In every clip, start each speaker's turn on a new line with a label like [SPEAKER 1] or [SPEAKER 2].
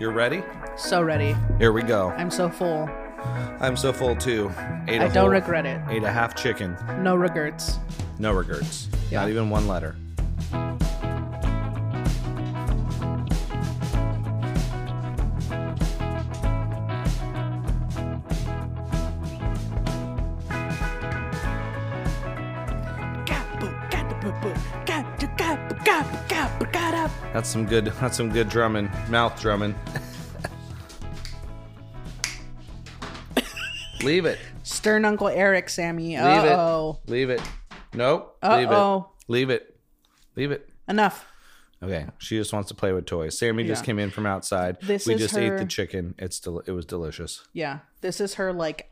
[SPEAKER 1] You're ready?
[SPEAKER 2] So ready.
[SPEAKER 1] Here we go.
[SPEAKER 2] I'm so full.
[SPEAKER 1] I'm so full too. Ate
[SPEAKER 2] I
[SPEAKER 1] a
[SPEAKER 2] don't
[SPEAKER 1] whole-
[SPEAKER 2] regret it.
[SPEAKER 1] Ate a half chicken.
[SPEAKER 2] No regrets.
[SPEAKER 1] No regrets.
[SPEAKER 2] Yeah.
[SPEAKER 1] Not even one letter. That's some good. That's some good drumming, mouth drumming. Leave it.
[SPEAKER 2] Stern Uncle Eric, Sammy. Uh oh.
[SPEAKER 1] Leave it. Nope.
[SPEAKER 2] Uh-oh.
[SPEAKER 1] Leave it. Leave it. Leave it.
[SPEAKER 2] Enough.
[SPEAKER 1] Okay. She just wants to play with toys. Sammy just
[SPEAKER 2] Yeah.
[SPEAKER 1] came in from outside.
[SPEAKER 2] This
[SPEAKER 1] we
[SPEAKER 2] is
[SPEAKER 1] just ate
[SPEAKER 2] her-
[SPEAKER 1] the chicken. It's del- it was delicious.
[SPEAKER 2] Yeah. This is her, like,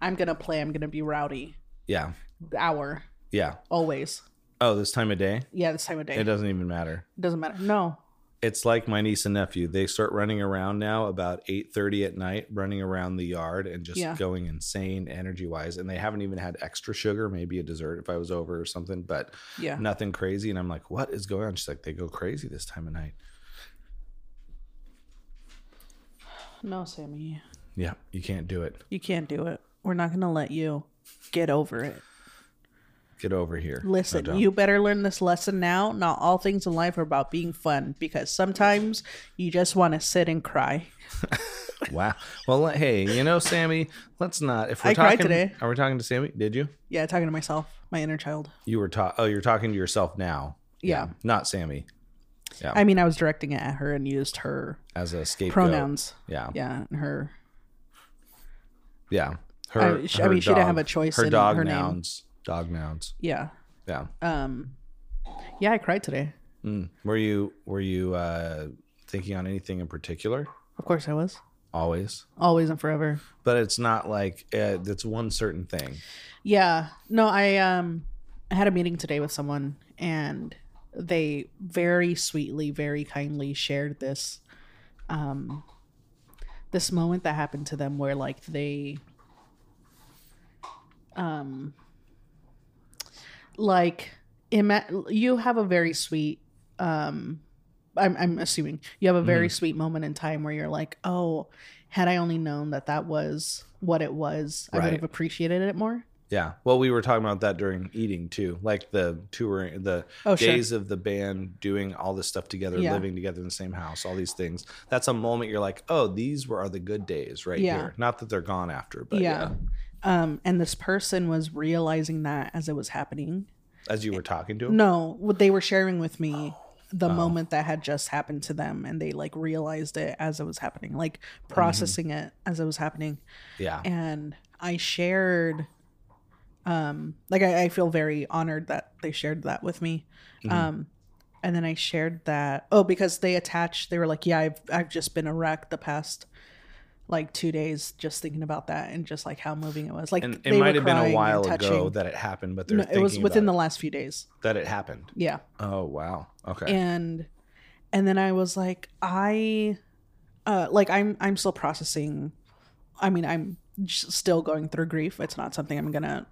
[SPEAKER 2] I'm going to play, I'm going to be rowdy
[SPEAKER 1] Yeah.
[SPEAKER 2] hour.
[SPEAKER 1] Yeah.
[SPEAKER 2] Always.
[SPEAKER 1] Oh, this time of day?
[SPEAKER 2] Yeah, this time of day.
[SPEAKER 1] It uh, doesn't even matter.
[SPEAKER 2] doesn't matter. No.
[SPEAKER 1] It's like my niece and nephew. They start running around now about 8:30 at night, running around the yard and just
[SPEAKER 2] Yeah.
[SPEAKER 1] going insane energy-wise and they haven't even had extra sugar, maybe a dessert if I was over or something, but
[SPEAKER 2] Yeah.
[SPEAKER 1] nothing crazy and I'm like, "What is going on?" She's like, "They go crazy this time of night."
[SPEAKER 2] No, Sammy.
[SPEAKER 1] Yeah, you can't do it.
[SPEAKER 2] You can't do it. We're not going to let you get over it.
[SPEAKER 1] Get over here.
[SPEAKER 2] Listen,
[SPEAKER 1] No doubt.
[SPEAKER 2] you better learn this lesson now. Not all things in life are about being fun because sometimes you just want to sit and cry.
[SPEAKER 1] Wow. Well, le- hey, you know, Sammy, let's not. If we're
[SPEAKER 2] I cried
[SPEAKER 1] talking,
[SPEAKER 2] today.
[SPEAKER 1] are we talking to Sammy? Did you?
[SPEAKER 2] Yeah, talking to myself, my inner child.
[SPEAKER 1] You were talking. Oh, you're talking to yourself now.
[SPEAKER 2] Yeah.
[SPEAKER 1] Not Sammy
[SPEAKER 2] I mean, I was directing it at her and used her
[SPEAKER 1] as a scapegoat.
[SPEAKER 2] pronouns.
[SPEAKER 1] Yeah. Yeah.
[SPEAKER 2] Yeah, and her.
[SPEAKER 1] Her.
[SPEAKER 2] I- sh- I
[SPEAKER 1] her
[SPEAKER 2] mean, she didn't have
[SPEAKER 1] dog-
[SPEAKER 2] a choice
[SPEAKER 1] Her
[SPEAKER 2] in
[SPEAKER 1] dog
[SPEAKER 2] her name.
[SPEAKER 1] nouns. Dog nouns.
[SPEAKER 2] Yeah.
[SPEAKER 1] Yeah.
[SPEAKER 2] Um. Yeah, I cried today.
[SPEAKER 1] Mm. Were you Were you uh, thinking on anything in particular?
[SPEAKER 2] Of course, I was
[SPEAKER 1] Always.
[SPEAKER 2] always and forever.
[SPEAKER 1] But it's not like uh, it's one certain thing.
[SPEAKER 2] Yeah. No, I um I had a meeting today with someone and they very sweetly, very kindly shared this um this moment that happened to them where like they um like ima- you have a very sweet um I'm I'm assuming you have a very sweet moment in time where you're like, "Oh, had I only known that that was what it was, I
[SPEAKER 1] Right.
[SPEAKER 2] would have appreciated it more."
[SPEAKER 1] Yeah. Well, we were talking about that during eating too, like the touring, the
[SPEAKER 2] Oh, sure.
[SPEAKER 1] days of the band doing all this stuff together,
[SPEAKER 2] Yeah.
[SPEAKER 1] living together in the same house, all these things. That's a moment you're like, oh, these were are the good days right
[SPEAKER 2] Yeah.
[SPEAKER 1] here. Not that they're gone after, but yeah.
[SPEAKER 2] yeah. Um, and this person was realizing that as it was happening.
[SPEAKER 1] As you were talking to him,
[SPEAKER 2] No, what they were sharing with me the moment that had just happened to them, and they like realized it as it was happening, like processing it as it was happening.
[SPEAKER 1] yeah,
[SPEAKER 2] And I shared, um, like I, I feel very honored that they shared that with me.
[SPEAKER 1] Mm-hmm.
[SPEAKER 2] Um, and then I shared that oh because they attached they were like yeah I've I've just been a wreck the past like two days just thinking about that and just like how moving it was like
[SPEAKER 1] and
[SPEAKER 2] they
[SPEAKER 1] it
[SPEAKER 2] were
[SPEAKER 1] might have been a
[SPEAKER 2] crying
[SPEAKER 1] while
[SPEAKER 2] and
[SPEAKER 1] ago
[SPEAKER 2] touching.
[SPEAKER 1] that it happened, but they're
[SPEAKER 2] no, it
[SPEAKER 1] thinking
[SPEAKER 2] was within the
[SPEAKER 1] about
[SPEAKER 2] last few days
[SPEAKER 1] it, that it happened.
[SPEAKER 2] yeah
[SPEAKER 1] Oh wow, okay,
[SPEAKER 2] and and then I was like I uh like I'm I'm still processing I mean I'm j- still going through grief it's not something I'm gonna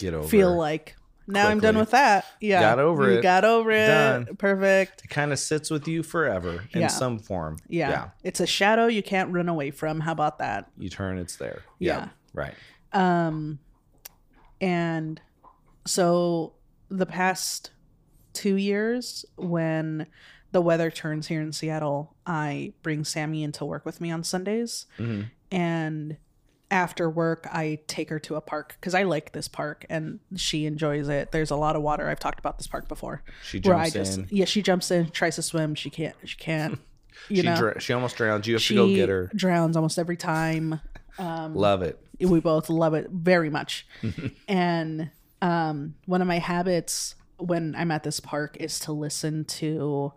[SPEAKER 1] get over.
[SPEAKER 2] feel like now I'm done
[SPEAKER 1] quickly.
[SPEAKER 2] with that yeah
[SPEAKER 1] Got over
[SPEAKER 2] You
[SPEAKER 1] it.
[SPEAKER 2] got over it
[SPEAKER 1] Done.
[SPEAKER 2] perfect
[SPEAKER 1] it kind of sits with you forever in
[SPEAKER 2] Yeah.
[SPEAKER 1] some form.
[SPEAKER 2] Yeah. It's a shadow you can't run away from. How about that?
[SPEAKER 1] you turn, it's there.
[SPEAKER 2] Yeah.
[SPEAKER 1] right.
[SPEAKER 2] Um and so the past 2 years when the weather turns here in Seattle, I bring Sammy into work with me on Sundays
[SPEAKER 1] Mhm.
[SPEAKER 2] and after work I take her to a park cuz I like this park and she enjoys it. There's a lot of water. I've talked about this park before.
[SPEAKER 1] She
[SPEAKER 2] Where I
[SPEAKER 1] jumps
[SPEAKER 2] just
[SPEAKER 1] in.
[SPEAKER 2] yeah, she jumps in, tries to swim, she can't she can't. You
[SPEAKER 1] She,
[SPEAKER 2] know.
[SPEAKER 1] dr- she almost drowns. You have
[SPEAKER 2] she um,
[SPEAKER 1] to go get her.
[SPEAKER 2] drowns almost every time.
[SPEAKER 1] Love it.
[SPEAKER 2] We both love it very much. and um, one of my habits when I'm at this park is to listen to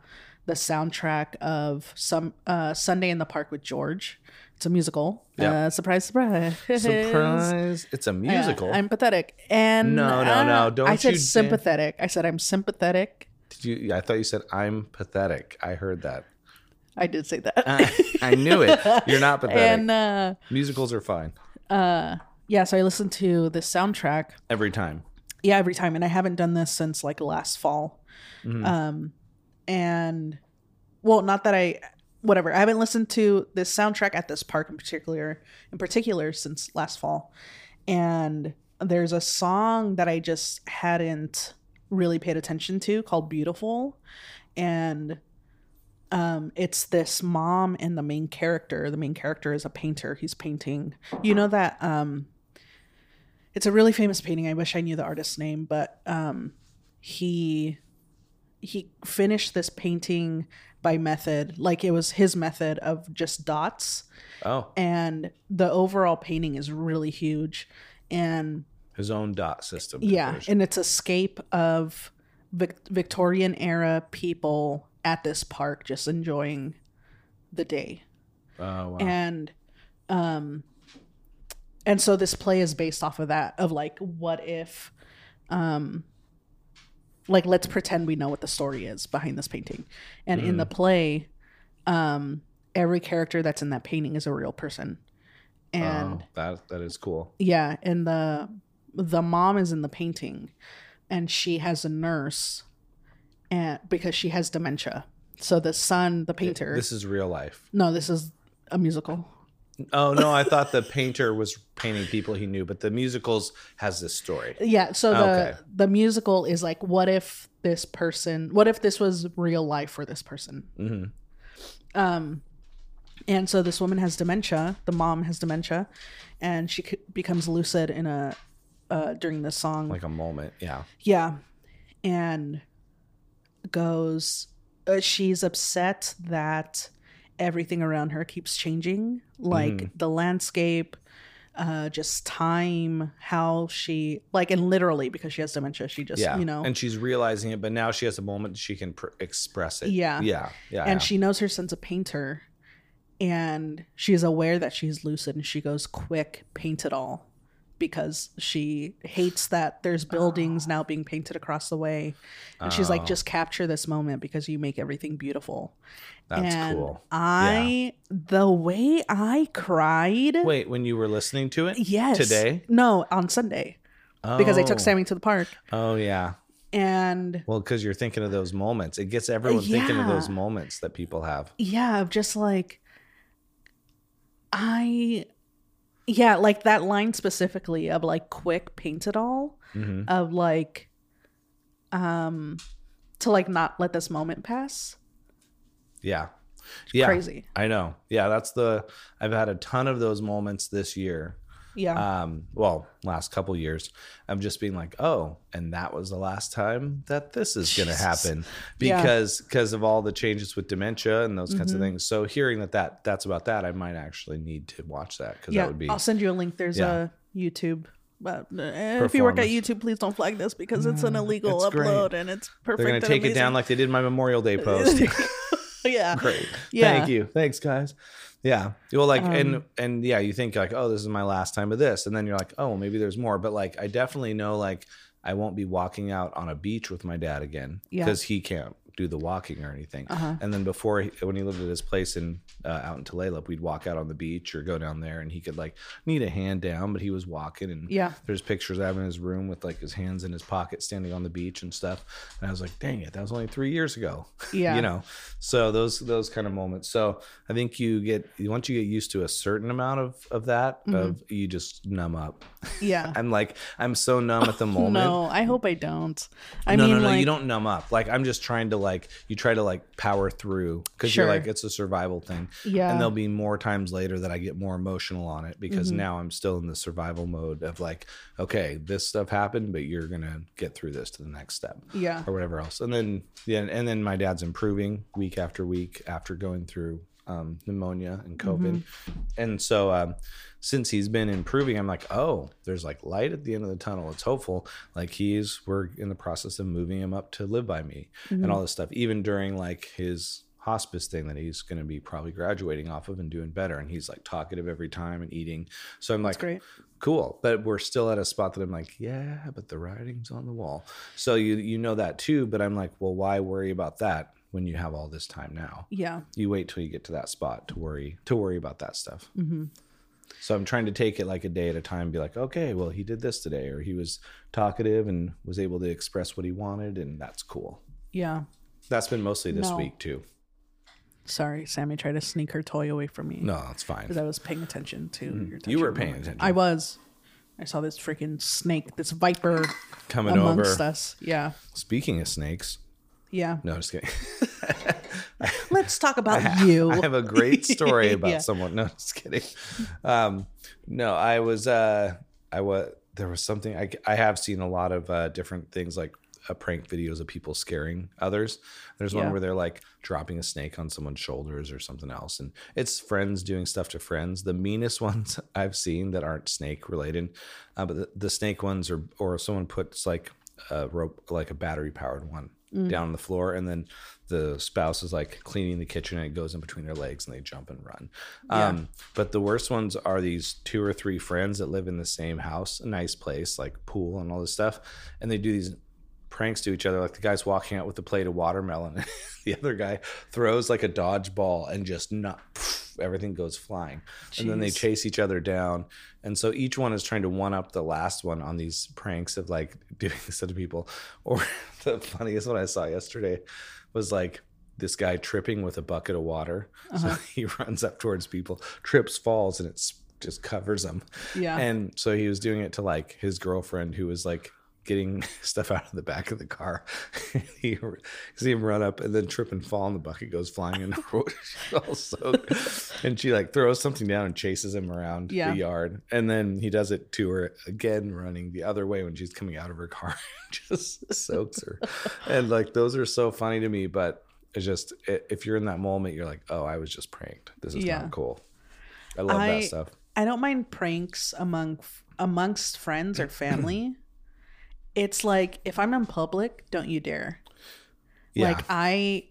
[SPEAKER 2] the soundtrack of some uh, Sunday in the Park with George. It's a musical.
[SPEAKER 1] Yeah.
[SPEAKER 2] Uh, surprise, surprise.
[SPEAKER 1] Surprise! It's a musical.
[SPEAKER 2] Uh, I'm pathetic. And
[SPEAKER 1] No, no,
[SPEAKER 2] uh,
[SPEAKER 1] no, don't
[SPEAKER 2] I
[SPEAKER 1] you
[SPEAKER 2] said
[SPEAKER 1] dare.
[SPEAKER 2] sympathetic. I said I'm sympathetic.
[SPEAKER 1] Did you? I thought you said I'm pathetic. I heard that.
[SPEAKER 2] I did say that.
[SPEAKER 1] I, I knew it. You're not pathetic.
[SPEAKER 2] and uh,
[SPEAKER 1] Musicals are fine
[SPEAKER 2] yeah, so I listened to this soundtrack
[SPEAKER 1] every time.
[SPEAKER 2] yeah every time and i haven't done this since like last fall um and well not that i whatever. I haven't listened to this soundtrack at this park in particular in particular since last fall. And there's a song that I just hadn't really paid attention to called Beautiful. And um it's this mom and the main character. The main character is a painter. He's painting. You know that um it's a really famous painting. I wish I knew the artist's name, but um he he finished this painting by method like it was his method of just dots
[SPEAKER 1] Oh,
[SPEAKER 2] and the overall painting is really huge and
[SPEAKER 1] his own dot system.
[SPEAKER 2] yeah
[SPEAKER 1] conversion.
[SPEAKER 2] and it's a scape of Vic- victorian era people at this park just enjoying the day
[SPEAKER 1] Oh, wow.
[SPEAKER 2] and um and so this play is based off of that of like what if um like let's pretend we know what the story is behind this painting and in the
[SPEAKER 1] Mm.
[SPEAKER 2] play um every character that's in that painting is a real person and
[SPEAKER 1] oh, that that is cool.
[SPEAKER 2] yeah and the the mom is in the painting and she has a nurse and because she has dementia so the son the painter
[SPEAKER 1] This is real life.
[SPEAKER 2] no this is a musical
[SPEAKER 1] Oh no, I thought the painter was painting people he knew, but the musicals has this story.
[SPEAKER 2] Yeah, so the
[SPEAKER 1] Okay.
[SPEAKER 2] the musical is like what if this person what if this was real life for this person?
[SPEAKER 1] hmm
[SPEAKER 2] Um and so this woman has dementia, the mom has dementia, and she c- becomes lucid in a uh during this song.
[SPEAKER 1] Like a moment. Yeah.
[SPEAKER 2] yeah. And goes uh, she's upset that everything around her keeps changing, like the landscape uh just time how she like and literally because she has dementia she just
[SPEAKER 1] yeah.
[SPEAKER 2] you know
[SPEAKER 1] and she's realizing it, but now she has a moment she can pr- express it.
[SPEAKER 2] Yeah.
[SPEAKER 1] Yeah. Yeah.
[SPEAKER 2] and
[SPEAKER 1] yeah.
[SPEAKER 2] she knows her son's a painter and she's aware that she's lucid and she goes quick paint it all because she hates that there's buildings now being painted across the way and she's like
[SPEAKER 1] Oh.
[SPEAKER 2] just capture this moment because you make everything beautiful
[SPEAKER 1] that's
[SPEAKER 2] and
[SPEAKER 1] cool.
[SPEAKER 2] i the way i cried
[SPEAKER 1] Wait, when you were listening to it
[SPEAKER 2] yes
[SPEAKER 1] today?
[SPEAKER 2] no on sunday because i took
[SPEAKER 1] Oh.
[SPEAKER 2] sammy to the park
[SPEAKER 1] Oh yeah.
[SPEAKER 2] and
[SPEAKER 1] Well, because you're thinking of those moments. It gets everyone thinking of
[SPEAKER 2] Uh, Yeah.
[SPEAKER 1] those moments that people have.
[SPEAKER 2] yeah of just like i yeah like that line specifically of like quick paint it all
[SPEAKER 1] hmm
[SPEAKER 2] of like um to like not let this moment pass
[SPEAKER 1] Yeah. Yeah.
[SPEAKER 2] crazy
[SPEAKER 1] I know. Yeah, that's the I've had a ton of those moments this year.
[SPEAKER 2] yeah
[SPEAKER 1] Um, well, last couple years of just being like, "Oh, and that was the last time that this is going to
[SPEAKER 2] Jesus.
[SPEAKER 1] happen."
[SPEAKER 2] Yeah.
[SPEAKER 1] Because because of all the changes with dementia and those kinds of
[SPEAKER 2] Mhm.
[SPEAKER 1] things. So hearing that that that's about that, I might actually need to watch that cuz
[SPEAKER 2] yeah
[SPEAKER 1] that would be
[SPEAKER 2] i'll send you a link there's
[SPEAKER 1] Yeah.
[SPEAKER 2] a youtube but uh, if you work at
[SPEAKER 1] Performance.
[SPEAKER 2] youtube please don't flag this because it's an
[SPEAKER 1] No,
[SPEAKER 2] illegal
[SPEAKER 1] it's great.
[SPEAKER 2] upload and it's perfect
[SPEAKER 1] They're going
[SPEAKER 2] and
[SPEAKER 1] to take it down
[SPEAKER 2] amazing.
[SPEAKER 1] like they did my Memorial Day post.
[SPEAKER 2] yeah
[SPEAKER 1] Great.
[SPEAKER 2] Yeah.
[SPEAKER 1] Thank you. Thanks guys. Yeah. Well, like and
[SPEAKER 2] Um,
[SPEAKER 1] and yeah, you think like, "Oh, this is my last time of this." And then you're like, "Oh, well, maybe there's more." But like I definitely know like I won't be walking out on a beach with my dad again
[SPEAKER 2] Yeah.
[SPEAKER 1] because he can't do the walking or anything.
[SPEAKER 2] uh-huh
[SPEAKER 1] And then before, he, when he lived at his place in uh, out in Tulalip, we'd walk out on the beach or go down there, and he could like need a hand down, but he was walking, and
[SPEAKER 2] yeah
[SPEAKER 1] there's pictures of him in his room with like his hands in his pocket, standing on the beach and stuff. And I was like, dang it, that was only three years ago,
[SPEAKER 2] yeah
[SPEAKER 1] you know. So those those kind of moments. So I think you get once you get used to a certain amount of of that,
[SPEAKER 2] Mm-hmm.
[SPEAKER 1] of you just numb up.
[SPEAKER 2] yeah
[SPEAKER 1] I'm like, I'm so numb at the moment.
[SPEAKER 2] No, I hope I don't. I
[SPEAKER 1] no,
[SPEAKER 2] mean,
[SPEAKER 1] no, no,
[SPEAKER 2] like,
[SPEAKER 1] you don't numb up. Like I'm just trying to like you try to like power through because
[SPEAKER 2] Sure.
[SPEAKER 1] you're like it's a survival thing.
[SPEAKER 2] Yeah.
[SPEAKER 1] And there'll be more times later that I get more emotional on it because
[SPEAKER 2] Mm-hmm.
[SPEAKER 1] now I'm still in the survival mode of like, okay, this stuff happened, but you're gonna get through this to the next step
[SPEAKER 2] yeah,
[SPEAKER 1] or whatever else. And then yeah, and then my dad's improving week after week after going through um, pneumonia and COVID. And so um, since he's been improving, I'm like, oh, there's like light at the end of the tunnel. It's hopeful. Like he's we're in the process of moving him up to live by me and all this stuff. Even during like his hospice thing that he's going to be probably graduating off of and doing better and he's like talkative every time and eating so i'm
[SPEAKER 2] that's
[SPEAKER 1] like
[SPEAKER 2] great.
[SPEAKER 1] cool but we're still at a spot that i'm like yeah but the writing's on the wall so you you know that too but i'm like well why worry about that when you have all this time now
[SPEAKER 2] Yeah,
[SPEAKER 1] you wait till you get to that spot to worry to worry about that stuff
[SPEAKER 2] hmm
[SPEAKER 1] so i'm trying to take it like a day at a time and be like okay well he did this today or he was talkative and was able to express what he wanted and that's cool
[SPEAKER 2] yeah.
[SPEAKER 1] that's been mostly this
[SPEAKER 2] No.
[SPEAKER 1] week too
[SPEAKER 2] Sorry, Sammy tried to sneak her toy away from me.
[SPEAKER 1] No, it's fine.
[SPEAKER 2] Because I was paying attention to your
[SPEAKER 1] You were
[SPEAKER 2] touching
[SPEAKER 1] paying
[SPEAKER 2] moment.
[SPEAKER 1] attention.
[SPEAKER 2] I was. I saw this freaking snake, this viper
[SPEAKER 1] Coming over.
[SPEAKER 2] amongst us. Yeah.
[SPEAKER 1] Speaking of snakes,
[SPEAKER 2] Yeah.
[SPEAKER 1] no, just kidding.
[SPEAKER 2] Let's talk about you.
[SPEAKER 1] I have a great story about
[SPEAKER 2] Yeah.
[SPEAKER 1] someone. No, just kidding. Um, no, I was, uh, I was, there was something I, I have seen a lot of uh, different things like uh, prank videos of people scaring others. There's one
[SPEAKER 2] Yeah.
[SPEAKER 1] where they're like dropping a snake on someone's shoulders or something else. And it's friends doing stuff to friends. The meanest ones I've seen that aren't snake related, uh, but the, the snake ones are, or someone puts like a rope, like a battery powered one down on the floor. And then the spouse is like cleaning the kitchen and it goes in between their legs and they jump and run.
[SPEAKER 2] Yeah.
[SPEAKER 1] Um, but the worst ones are these two or three friends that live in the same house, a nice place, like pool and all this stuff. And they do these pranks to each other. Like the guy's walking out with a plate of watermelon, and the other guy throws like a dodgeball and just not everything goes flying. And then they
[SPEAKER 2] Jeez.
[SPEAKER 1] chase each other down. And so each one is trying to one up the last one on these pranks of like doing this to people. Or the funniest one I saw yesterday was like this guy tripping with a bucket of water. So he runs up towards people, trips, falls, and it's just covers them.
[SPEAKER 2] Yeah.
[SPEAKER 1] And so he was doing it to like his girlfriend who was like getting stuff out of the back of the car. he you see him run up and then trip and fall and the bucket goes flying in the road. She's all soaked. and she like throws something down and chases him around
[SPEAKER 2] Yeah.
[SPEAKER 1] the yard. And then he does it to her again running the other way when she's coming out of her car just soaks her. and like those are so funny to me, but it's just i- if you're in that moment, you're like, oh, I was just pranked. This is
[SPEAKER 2] Yeah.
[SPEAKER 1] not cool. I love that
[SPEAKER 2] I-
[SPEAKER 1] stuff.
[SPEAKER 2] I don't mind pranks among amongst friends or family. it's like if I'm in public, don't you dare.
[SPEAKER 1] Yeah.
[SPEAKER 2] Like I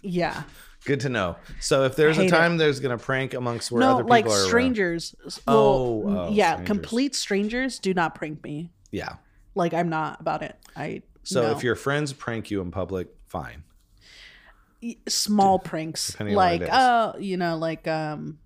[SPEAKER 2] yeah.
[SPEAKER 1] Good to know. So if there's a
[SPEAKER 2] Hate it.
[SPEAKER 1] time there's gonna prank amongst where
[SPEAKER 2] no,
[SPEAKER 1] other people
[SPEAKER 2] like
[SPEAKER 1] are around-
[SPEAKER 2] strangers. s-
[SPEAKER 1] Oh,
[SPEAKER 2] well,
[SPEAKER 1] oh,
[SPEAKER 2] yeah,
[SPEAKER 1] strangers.
[SPEAKER 2] complete strangers do not prank me.
[SPEAKER 1] Yeah.
[SPEAKER 2] Like I'm not about it. I
[SPEAKER 1] So
[SPEAKER 2] no.
[SPEAKER 1] if your friends prank you in public, fine.
[SPEAKER 2] Y- small pranks
[SPEAKER 1] depending on what
[SPEAKER 2] like
[SPEAKER 1] it is.
[SPEAKER 2] oh, you know, like um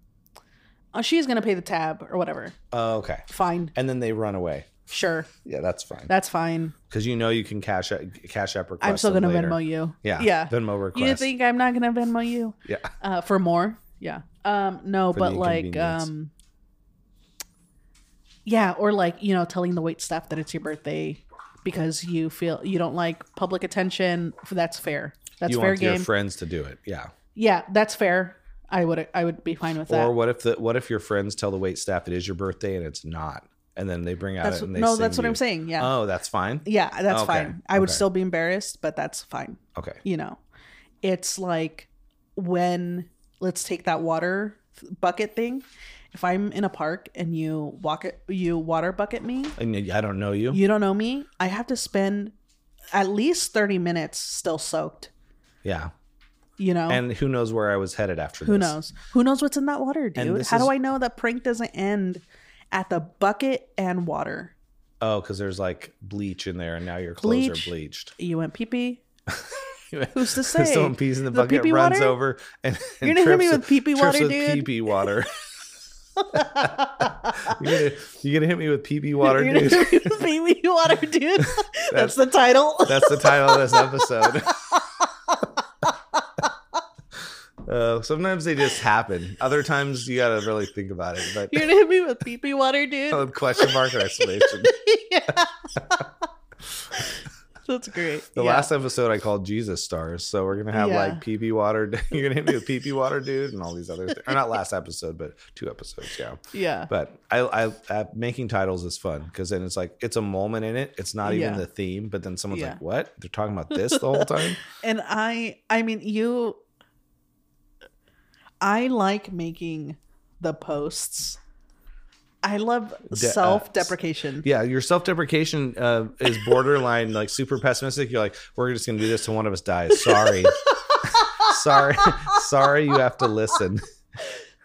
[SPEAKER 2] oh, she's going to pay the tab or whatever.
[SPEAKER 1] Oh, okay.
[SPEAKER 2] Fine.
[SPEAKER 1] And then they run away.
[SPEAKER 2] Sure.
[SPEAKER 1] Yeah, that's fine.
[SPEAKER 2] That's fine.
[SPEAKER 1] Because you know you can cash out cash app request.
[SPEAKER 2] I'm still going to
[SPEAKER 1] later.
[SPEAKER 2] Venmo you.
[SPEAKER 1] Yeah.
[SPEAKER 2] Yeah.
[SPEAKER 1] Venmo request.
[SPEAKER 2] You think I'm not gonna Venmo you?
[SPEAKER 1] Yeah.
[SPEAKER 2] Uh, for more? Yeah. Um, no,
[SPEAKER 1] For
[SPEAKER 2] but
[SPEAKER 1] the
[SPEAKER 2] like,
[SPEAKER 1] inconvenience.
[SPEAKER 2] um, yeah, or like you know, telling the wait staff that it's your birthday because you feel you don't like public attention. That's fair. That's
[SPEAKER 1] you
[SPEAKER 2] fair
[SPEAKER 1] want your
[SPEAKER 2] game.
[SPEAKER 1] friends to do it. Yeah.
[SPEAKER 2] yeah, that's fair. I would I would be fine with that.
[SPEAKER 1] Or what if the what if your friends tell the wait staff it is your birthday and it's not? And then they bring out
[SPEAKER 2] that's
[SPEAKER 1] it and they
[SPEAKER 2] no,
[SPEAKER 1] sing
[SPEAKER 2] that's
[SPEAKER 1] to
[SPEAKER 2] what I'm
[SPEAKER 1] you.
[SPEAKER 2] saying. Yeah,
[SPEAKER 1] Oh, that's fine.
[SPEAKER 2] yeah, that's
[SPEAKER 1] okay,
[SPEAKER 2] fine. I would
[SPEAKER 1] okay.
[SPEAKER 2] still be embarrassed, but that's fine.
[SPEAKER 1] Okay.
[SPEAKER 2] you know it's like when let's take that water bucket thing if i'm in a park and you walk it you water bucket me
[SPEAKER 1] And I don't know you.
[SPEAKER 2] you don't know me i have to spend at least 30 minutes still soaked
[SPEAKER 1] yeah.
[SPEAKER 2] you know
[SPEAKER 1] And who knows where I was headed after
[SPEAKER 2] Oh. who
[SPEAKER 1] this?
[SPEAKER 2] knows who knows what's in that water
[SPEAKER 1] And
[SPEAKER 2] dude
[SPEAKER 1] this
[SPEAKER 2] how
[SPEAKER 1] is-
[SPEAKER 2] do i know that prank doesn't end at the bucket and water
[SPEAKER 1] Oh, because there's like bleach in there, and now your clothes
[SPEAKER 2] Bleach.
[SPEAKER 1] are bleached.
[SPEAKER 2] you went pee pee
[SPEAKER 1] Who's
[SPEAKER 2] who's to say
[SPEAKER 1] Someone pees in the
[SPEAKER 2] The
[SPEAKER 1] bucket,
[SPEAKER 2] pee-pee
[SPEAKER 1] runs
[SPEAKER 2] water?
[SPEAKER 1] over, and, and
[SPEAKER 2] you're gonna hit me with
[SPEAKER 1] trips-
[SPEAKER 2] pee pee
[SPEAKER 1] trips
[SPEAKER 2] water
[SPEAKER 1] with
[SPEAKER 2] dude
[SPEAKER 1] pee-pee water. you're, gonna, you're gonna hit me with pee pee water,
[SPEAKER 2] You're gonna
[SPEAKER 1] dude.
[SPEAKER 2] hit me with pee pee water dude that's the title
[SPEAKER 1] That's the title of this episode. Uh, sometimes they just happen. Other times you gotta really think about it. But
[SPEAKER 2] You're gonna hit me with pee pee water,
[SPEAKER 1] Oh.
[SPEAKER 2] dude.
[SPEAKER 1] question mark or exclamation.
[SPEAKER 2] yeah. That's great.
[SPEAKER 1] The
[SPEAKER 2] Yeah.
[SPEAKER 1] last episode I called Jesus stars, so we're gonna have
[SPEAKER 2] Yeah.
[SPEAKER 1] like pee pee water. You're gonna hit me with pee pee water, dude, and all these other things. Or not last episode, but two episodes, yeah.
[SPEAKER 2] Yeah.
[SPEAKER 1] But I, I, I making titles is fun because then it's like it's a moment in it. It's not even
[SPEAKER 2] Yeah.
[SPEAKER 1] the theme, but then someone's
[SPEAKER 2] Yeah.
[SPEAKER 1] like, "What? They're talking about this the whole time?"
[SPEAKER 2] And I I mean you I like making the posts. I love
[SPEAKER 1] De- uh,
[SPEAKER 2] self deprecation.
[SPEAKER 1] yeah, your self deprecation uh, is borderline like super pessimistic. You're like, "We're just gonna do this till one of us dies." Sorry, sorry, sorry. You have to listen.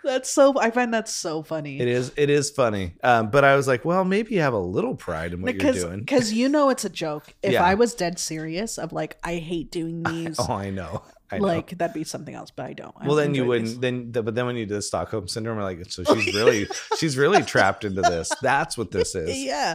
[SPEAKER 2] That's so I find that so funny.
[SPEAKER 1] It is. It is funny. Um, but I was like, well, maybe you have a little pride in what
[SPEAKER 2] because
[SPEAKER 1] you're doing.
[SPEAKER 2] because you know it's a joke. If
[SPEAKER 1] Yeah.
[SPEAKER 2] I was dead serious of like I hate doing these,
[SPEAKER 1] Oh, I know. I know.
[SPEAKER 2] like that'd be something else, but I don't. I
[SPEAKER 1] well,
[SPEAKER 2] don't
[SPEAKER 1] then you
[SPEAKER 2] enjoy these.
[SPEAKER 1] wouldn't. Then, the, but then when you did Stockholm syndrome, we're like, so she's really, she's really trapped into this. That's what this is.
[SPEAKER 2] yeah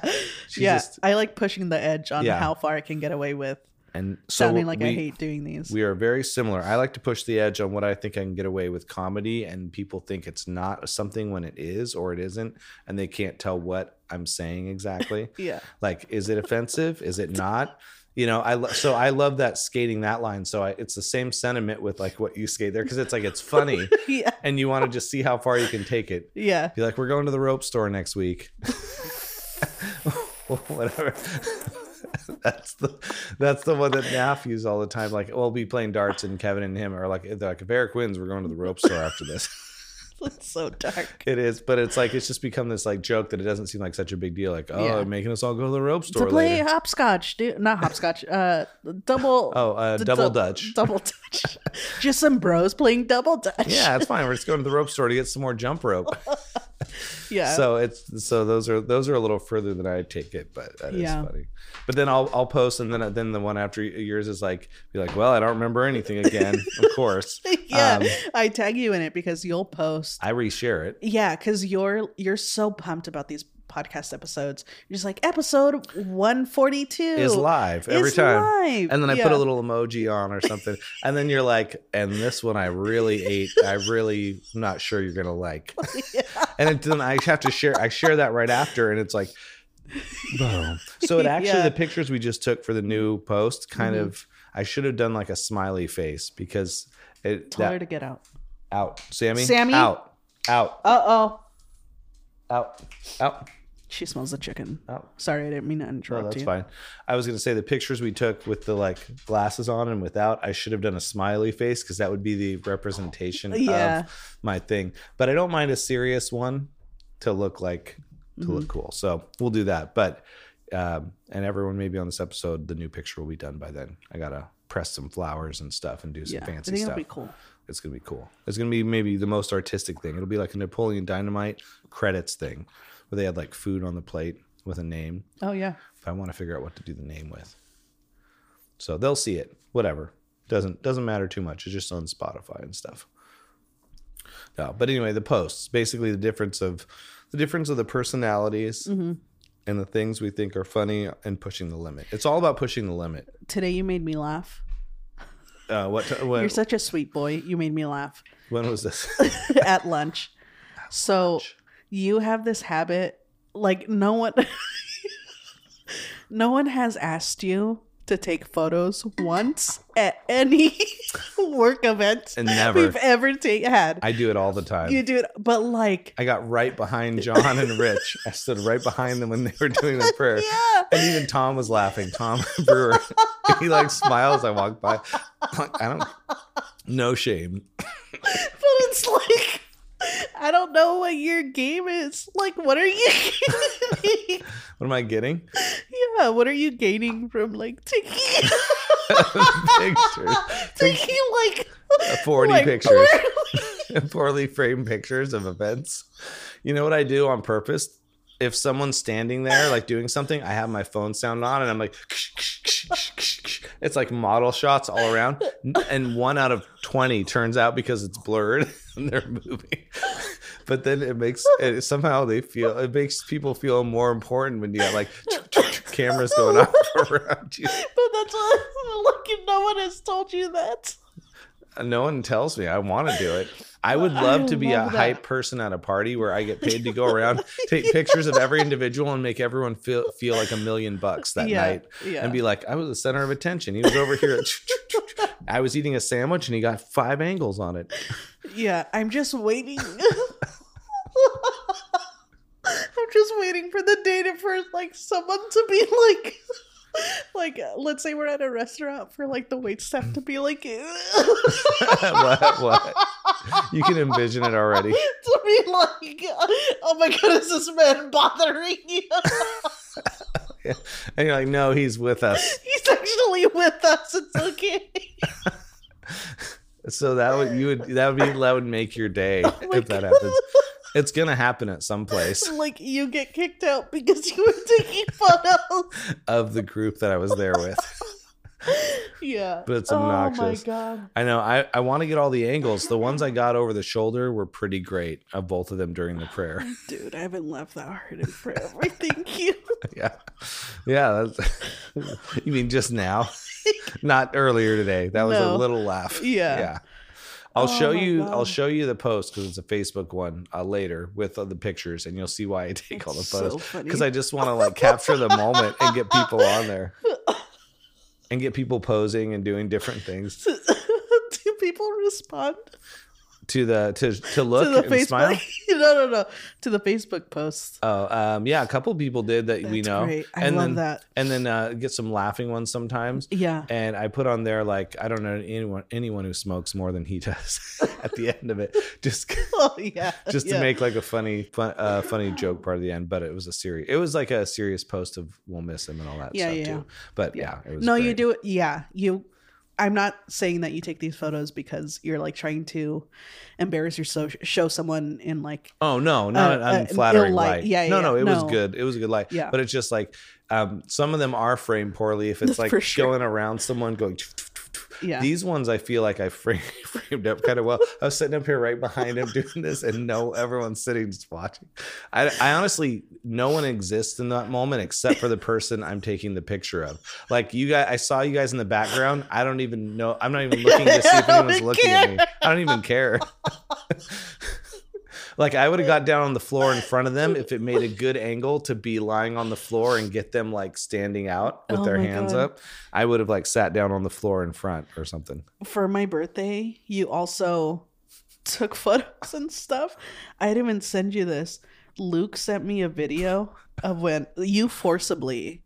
[SPEAKER 1] She
[SPEAKER 2] yeah
[SPEAKER 1] just-
[SPEAKER 2] i like pushing the edge on
[SPEAKER 1] Yeah.
[SPEAKER 2] how far i can get away with
[SPEAKER 1] And so
[SPEAKER 2] sounding like I
[SPEAKER 1] we-
[SPEAKER 2] hate doing these.
[SPEAKER 1] we are very similar. I like to push the edge on what I think I can get away with comedy, and people think it's not something when it is or it isn't, and they can't tell what I'm saying exactly.
[SPEAKER 2] yeah.
[SPEAKER 1] like, is it offensive? Is it not? You know, I lo- so I love that skating that line. So I, it's the same sentiment with like what you skate there because it's like it's funny,
[SPEAKER 2] yeah.
[SPEAKER 1] and you want to just see how far you can take it.
[SPEAKER 2] Yeah.
[SPEAKER 1] Be like, we're going to the rope store next week. Whatever. that's the that's the one that Naff used all the time. Like, we'll be playing darts and Kevin and him are like, they're like if Eric wins, we're going to the rope store after this.
[SPEAKER 2] That's so dark.
[SPEAKER 1] it is, but it's like it's just become this like joke that it doesn't seem like such a big deal. Like, oh,
[SPEAKER 2] Yeah.
[SPEAKER 1] they're making us all go to the rope store
[SPEAKER 2] to play
[SPEAKER 1] later.
[SPEAKER 2] hopscotch, dude. Not hopscotch. Uh, double.
[SPEAKER 1] Oh, uh,
[SPEAKER 2] d-
[SPEAKER 1] double
[SPEAKER 2] dou-
[SPEAKER 1] Dutch.
[SPEAKER 2] Double Dutch. Just some bros playing double Dutch.
[SPEAKER 1] Yeah, it's fine. We're just going to the rope store to get some more jump rope.
[SPEAKER 2] Yeah.
[SPEAKER 1] so it's so those are those are a little further than I take it, but that is
[SPEAKER 2] Yeah.
[SPEAKER 1] funny. But then I'll I'll post, and then then the one after yours is like be like, well, I don't remember anything again. of course,
[SPEAKER 2] yeah.
[SPEAKER 1] um,
[SPEAKER 2] I tag you in it because you'll post.
[SPEAKER 1] I reshare it.
[SPEAKER 2] Yeah, because you're you're so pumped about these podcast episodes. You're just like episode one forty two
[SPEAKER 1] Is live every
[SPEAKER 2] It's
[SPEAKER 1] time.
[SPEAKER 2] live.
[SPEAKER 1] And then I
[SPEAKER 2] Yeah.
[SPEAKER 1] put a little emoji on or something, and then you're like, "And this one I really ate. I really am not sure you're gonna like." And it, then I have to share. I share that right after, and it's like, boom. So it actually,
[SPEAKER 2] Yeah. Mm-hmm.
[SPEAKER 1] the pictures we just took for the new post, kind of, I should have done like a smiley face because it
[SPEAKER 2] Tell her
[SPEAKER 1] that,
[SPEAKER 2] to get out.
[SPEAKER 1] out, Sammy,
[SPEAKER 2] Sammy?
[SPEAKER 1] out, out,
[SPEAKER 2] Uh oh.
[SPEAKER 1] out, out.
[SPEAKER 2] She smells the chicken.
[SPEAKER 1] Oh.
[SPEAKER 2] Sorry, I didn't mean to
[SPEAKER 1] No,
[SPEAKER 2] interrupt
[SPEAKER 1] that's
[SPEAKER 2] you.
[SPEAKER 1] fine. I was gonna say the pictures we took with the like glasses on and without. I should have done a smiley face because that would be the representation
[SPEAKER 2] Uh, Yeah.
[SPEAKER 1] of my thing. But I don't mind a serious one to look like to
[SPEAKER 2] Mm-hmm.
[SPEAKER 1] look cool. So we'll do that. But um, and everyone maybe on this episode, the new picture will be done by then. I gotta press some flowers and stuff and do some
[SPEAKER 2] Yeah, I
[SPEAKER 1] fancy
[SPEAKER 2] think
[SPEAKER 1] stuff.
[SPEAKER 2] it'll be cool.
[SPEAKER 1] It's gonna be cool. It's gonna be maybe the most artistic thing. It'll be like a Napoleon Dynamite credits thing where they had like food on the plate with a name
[SPEAKER 2] Oh yeah.
[SPEAKER 1] if I want to figure out what to do the name with. So they'll see it. Whatever. Doesn't doesn't matter too much. It's just on Spotify and stuff. No, but anyway, the posts basically the difference of the difference of the personalities
[SPEAKER 2] Mm-hmm.
[SPEAKER 1] and the things we think are funny and pushing the limit. It's all about pushing the limit.
[SPEAKER 2] Today you made me laugh.
[SPEAKER 1] Uh, what t- when,
[SPEAKER 2] You're such a sweet boy. You made me laugh
[SPEAKER 1] when was this?
[SPEAKER 2] at lunch. So you have this habit, like no one, no one has asked you to take photos once at any work event
[SPEAKER 1] and never.
[SPEAKER 2] we've ever ta- had.
[SPEAKER 1] I do it all the time.
[SPEAKER 2] you do it, but like,
[SPEAKER 1] I got right behind John and Rich. I stood right behind them when they were doing the prayer.
[SPEAKER 2] yeah,
[SPEAKER 1] And even Tom was laughing. Tom Brewer. he like smiles. I walk by. I don't. No shame.
[SPEAKER 2] but it's like. I don't know what your game is. Like, what are you getting?
[SPEAKER 1] What am I getting?
[SPEAKER 2] yeah, what are you gaining from like taking
[SPEAKER 1] pictures.
[SPEAKER 2] taking like
[SPEAKER 1] Forty
[SPEAKER 2] like,
[SPEAKER 1] pictures.
[SPEAKER 2] poorly-
[SPEAKER 1] Poorly framed pictures of events. You know what I do on purpose? If someone's standing there like doing something, I have my phone sound on, and I'm like, it's like model shots all around, and one out of twenty turns out because it's blurred and they're moving. but then it makes it, somehow they feel it makes people feel more important when you got like cameras going off around you.
[SPEAKER 2] But that's what I'm looking. No one has told you that.
[SPEAKER 1] No one tells me I want to do it. I would love to be a
[SPEAKER 2] love that.
[SPEAKER 1] hype person at a party where I get paid to go around, take pictures of every individual, and make everyone feel feel like a million bucks that
[SPEAKER 2] Yeah,
[SPEAKER 1] night,
[SPEAKER 2] yeah.
[SPEAKER 1] and be like, I was the center of attention. He was over here. I was eating a sandwich, and he got five angles on it.
[SPEAKER 2] Yeah, I'm just waiting. I'm just waiting for the day to for like someone to be like. Like, uh, let's say we're at a restaurant for like the wait staff to be like,
[SPEAKER 1] what? What? You can envision it already.
[SPEAKER 2] to be like, oh my god, is this man bothering you?
[SPEAKER 1] And you're like, no, he's with us.
[SPEAKER 2] He's actually with us. It's okay.
[SPEAKER 1] So that would you would that would be that would make your day
[SPEAKER 2] Oh my
[SPEAKER 1] if that
[SPEAKER 2] God.
[SPEAKER 1] happens. It's gonna happen at some place.
[SPEAKER 2] like you get kicked out because you were taking photos.
[SPEAKER 1] of the group that I was there with.
[SPEAKER 2] Yeah.
[SPEAKER 1] But it's obnoxious.
[SPEAKER 2] Oh my god.
[SPEAKER 1] I know. I, I want to get all the angles. The ones I got over the shoulder were pretty great of both of them during the prayer.
[SPEAKER 2] Dude, I haven't left that hard in forever. Thank you.
[SPEAKER 1] yeah. Yeah. That's, you mean just now? Not earlier today. That was a
[SPEAKER 2] No.
[SPEAKER 1] little laugh.
[SPEAKER 2] Yeah.
[SPEAKER 1] Yeah. I'll
[SPEAKER 2] Oh
[SPEAKER 1] show
[SPEAKER 2] my
[SPEAKER 1] you. I'll
[SPEAKER 2] God.
[SPEAKER 1] show you the post because it's a Facebook one uh, later with uh, the pictures, and you'll see why I take all the
[SPEAKER 2] It's
[SPEAKER 1] photos
[SPEAKER 2] so funny.
[SPEAKER 1] because I just want to like capture the moment and get people on there and get people posing and doing different things
[SPEAKER 2] Do people respond
[SPEAKER 1] to the to to look
[SPEAKER 2] to the
[SPEAKER 1] and smile.
[SPEAKER 2] Facebook? no, no, no. To the Facebook posts.
[SPEAKER 1] Oh, um, yeah, a couple people did that we
[SPEAKER 2] That's
[SPEAKER 1] know,
[SPEAKER 2] great. I
[SPEAKER 1] and
[SPEAKER 2] love
[SPEAKER 1] then
[SPEAKER 2] that.
[SPEAKER 1] and then uh, get some laughing ones sometimes.
[SPEAKER 2] Yeah.
[SPEAKER 1] and I put on there like I don't know anyone anyone who smokes more than he does at the end of it, just
[SPEAKER 2] Oh yeah.
[SPEAKER 1] just
[SPEAKER 2] yeah.
[SPEAKER 1] to make like a funny fun, uh, funny joke part of the end. But it was a serious, it was like a serious post of we'll miss him and all that
[SPEAKER 2] Yeah,
[SPEAKER 1] stuff
[SPEAKER 2] yeah, yeah.
[SPEAKER 1] too. But yeah, it was
[SPEAKER 2] No, you
[SPEAKER 1] great.
[SPEAKER 2] do it. Yeah, you. I'm not saying that you take these photos because you're like trying to embarrass or so, show someone in like
[SPEAKER 1] Oh no, not
[SPEAKER 2] Uh, uh,
[SPEAKER 1] an unflattering
[SPEAKER 2] ill
[SPEAKER 1] light.
[SPEAKER 2] light. Yeah,
[SPEAKER 1] no,
[SPEAKER 2] yeah,
[SPEAKER 1] no, it was
[SPEAKER 2] no.
[SPEAKER 1] good. It was a good light.
[SPEAKER 2] Yeah.
[SPEAKER 1] but it's just like um, some of them are framed poorly. If it's like
[SPEAKER 2] For sure.
[SPEAKER 1] going around someone going.
[SPEAKER 2] yeah.
[SPEAKER 1] These ones I feel like I framed, framed up kind of well. I was sitting up here right behind him doing this, and no, everyone's sitting just watching. I, I honestly, no one exists in that moment except for the person I'm taking the picture of. Like you guys, I saw you guys in the background. I don't even know. I'm not even looking to see if
[SPEAKER 2] I don't
[SPEAKER 1] anyone's looking at me. I don't even care. like I would have got down on the floor in front of them if it made a good angle to be lying on the floor and get them like standing out with
[SPEAKER 2] Oh
[SPEAKER 1] their
[SPEAKER 2] my
[SPEAKER 1] hands
[SPEAKER 2] God.
[SPEAKER 1] up. I would have like sat down on the floor in front or something.
[SPEAKER 2] For my birthday, you also took photos and stuff. I didn't even send you this. Luke sent me a video of when you forcibly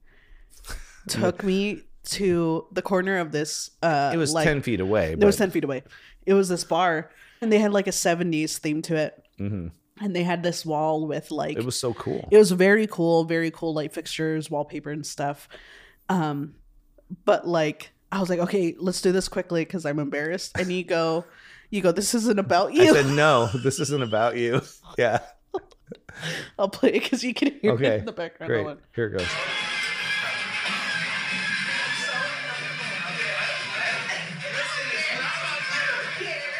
[SPEAKER 2] took me to the corner of this. Uh,
[SPEAKER 1] It was
[SPEAKER 2] like,
[SPEAKER 1] ten feet away.
[SPEAKER 2] It was
[SPEAKER 1] but-
[SPEAKER 2] ten feet away. It was this bar, and they had like a '70s theme to it.
[SPEAKER 1] Mhm.
[SPEAKER 2] and they had this wall with like
[SPEAKER 1] It was so cool.
[SPEAKER 2] it was very cool very cool light fixtures wallpaper and stuff um but like i was like okay let's do this quickly because i'm embarrassed and you go you go this isn't about
[SPEAKER 1] I
[SPEAKER 2] you Oh,
[SPEAKER 1] said, "No, this isn't about you." Yeah,
[SPEAKER 2] i'll play it because you can hear
[SPEAKER 1] Okay,
[SPEAKER 2] it in the background Hold
[SPEAKER 1] great.
[SPEAKER 2] on.
[SPEAKER 1] Here it goes.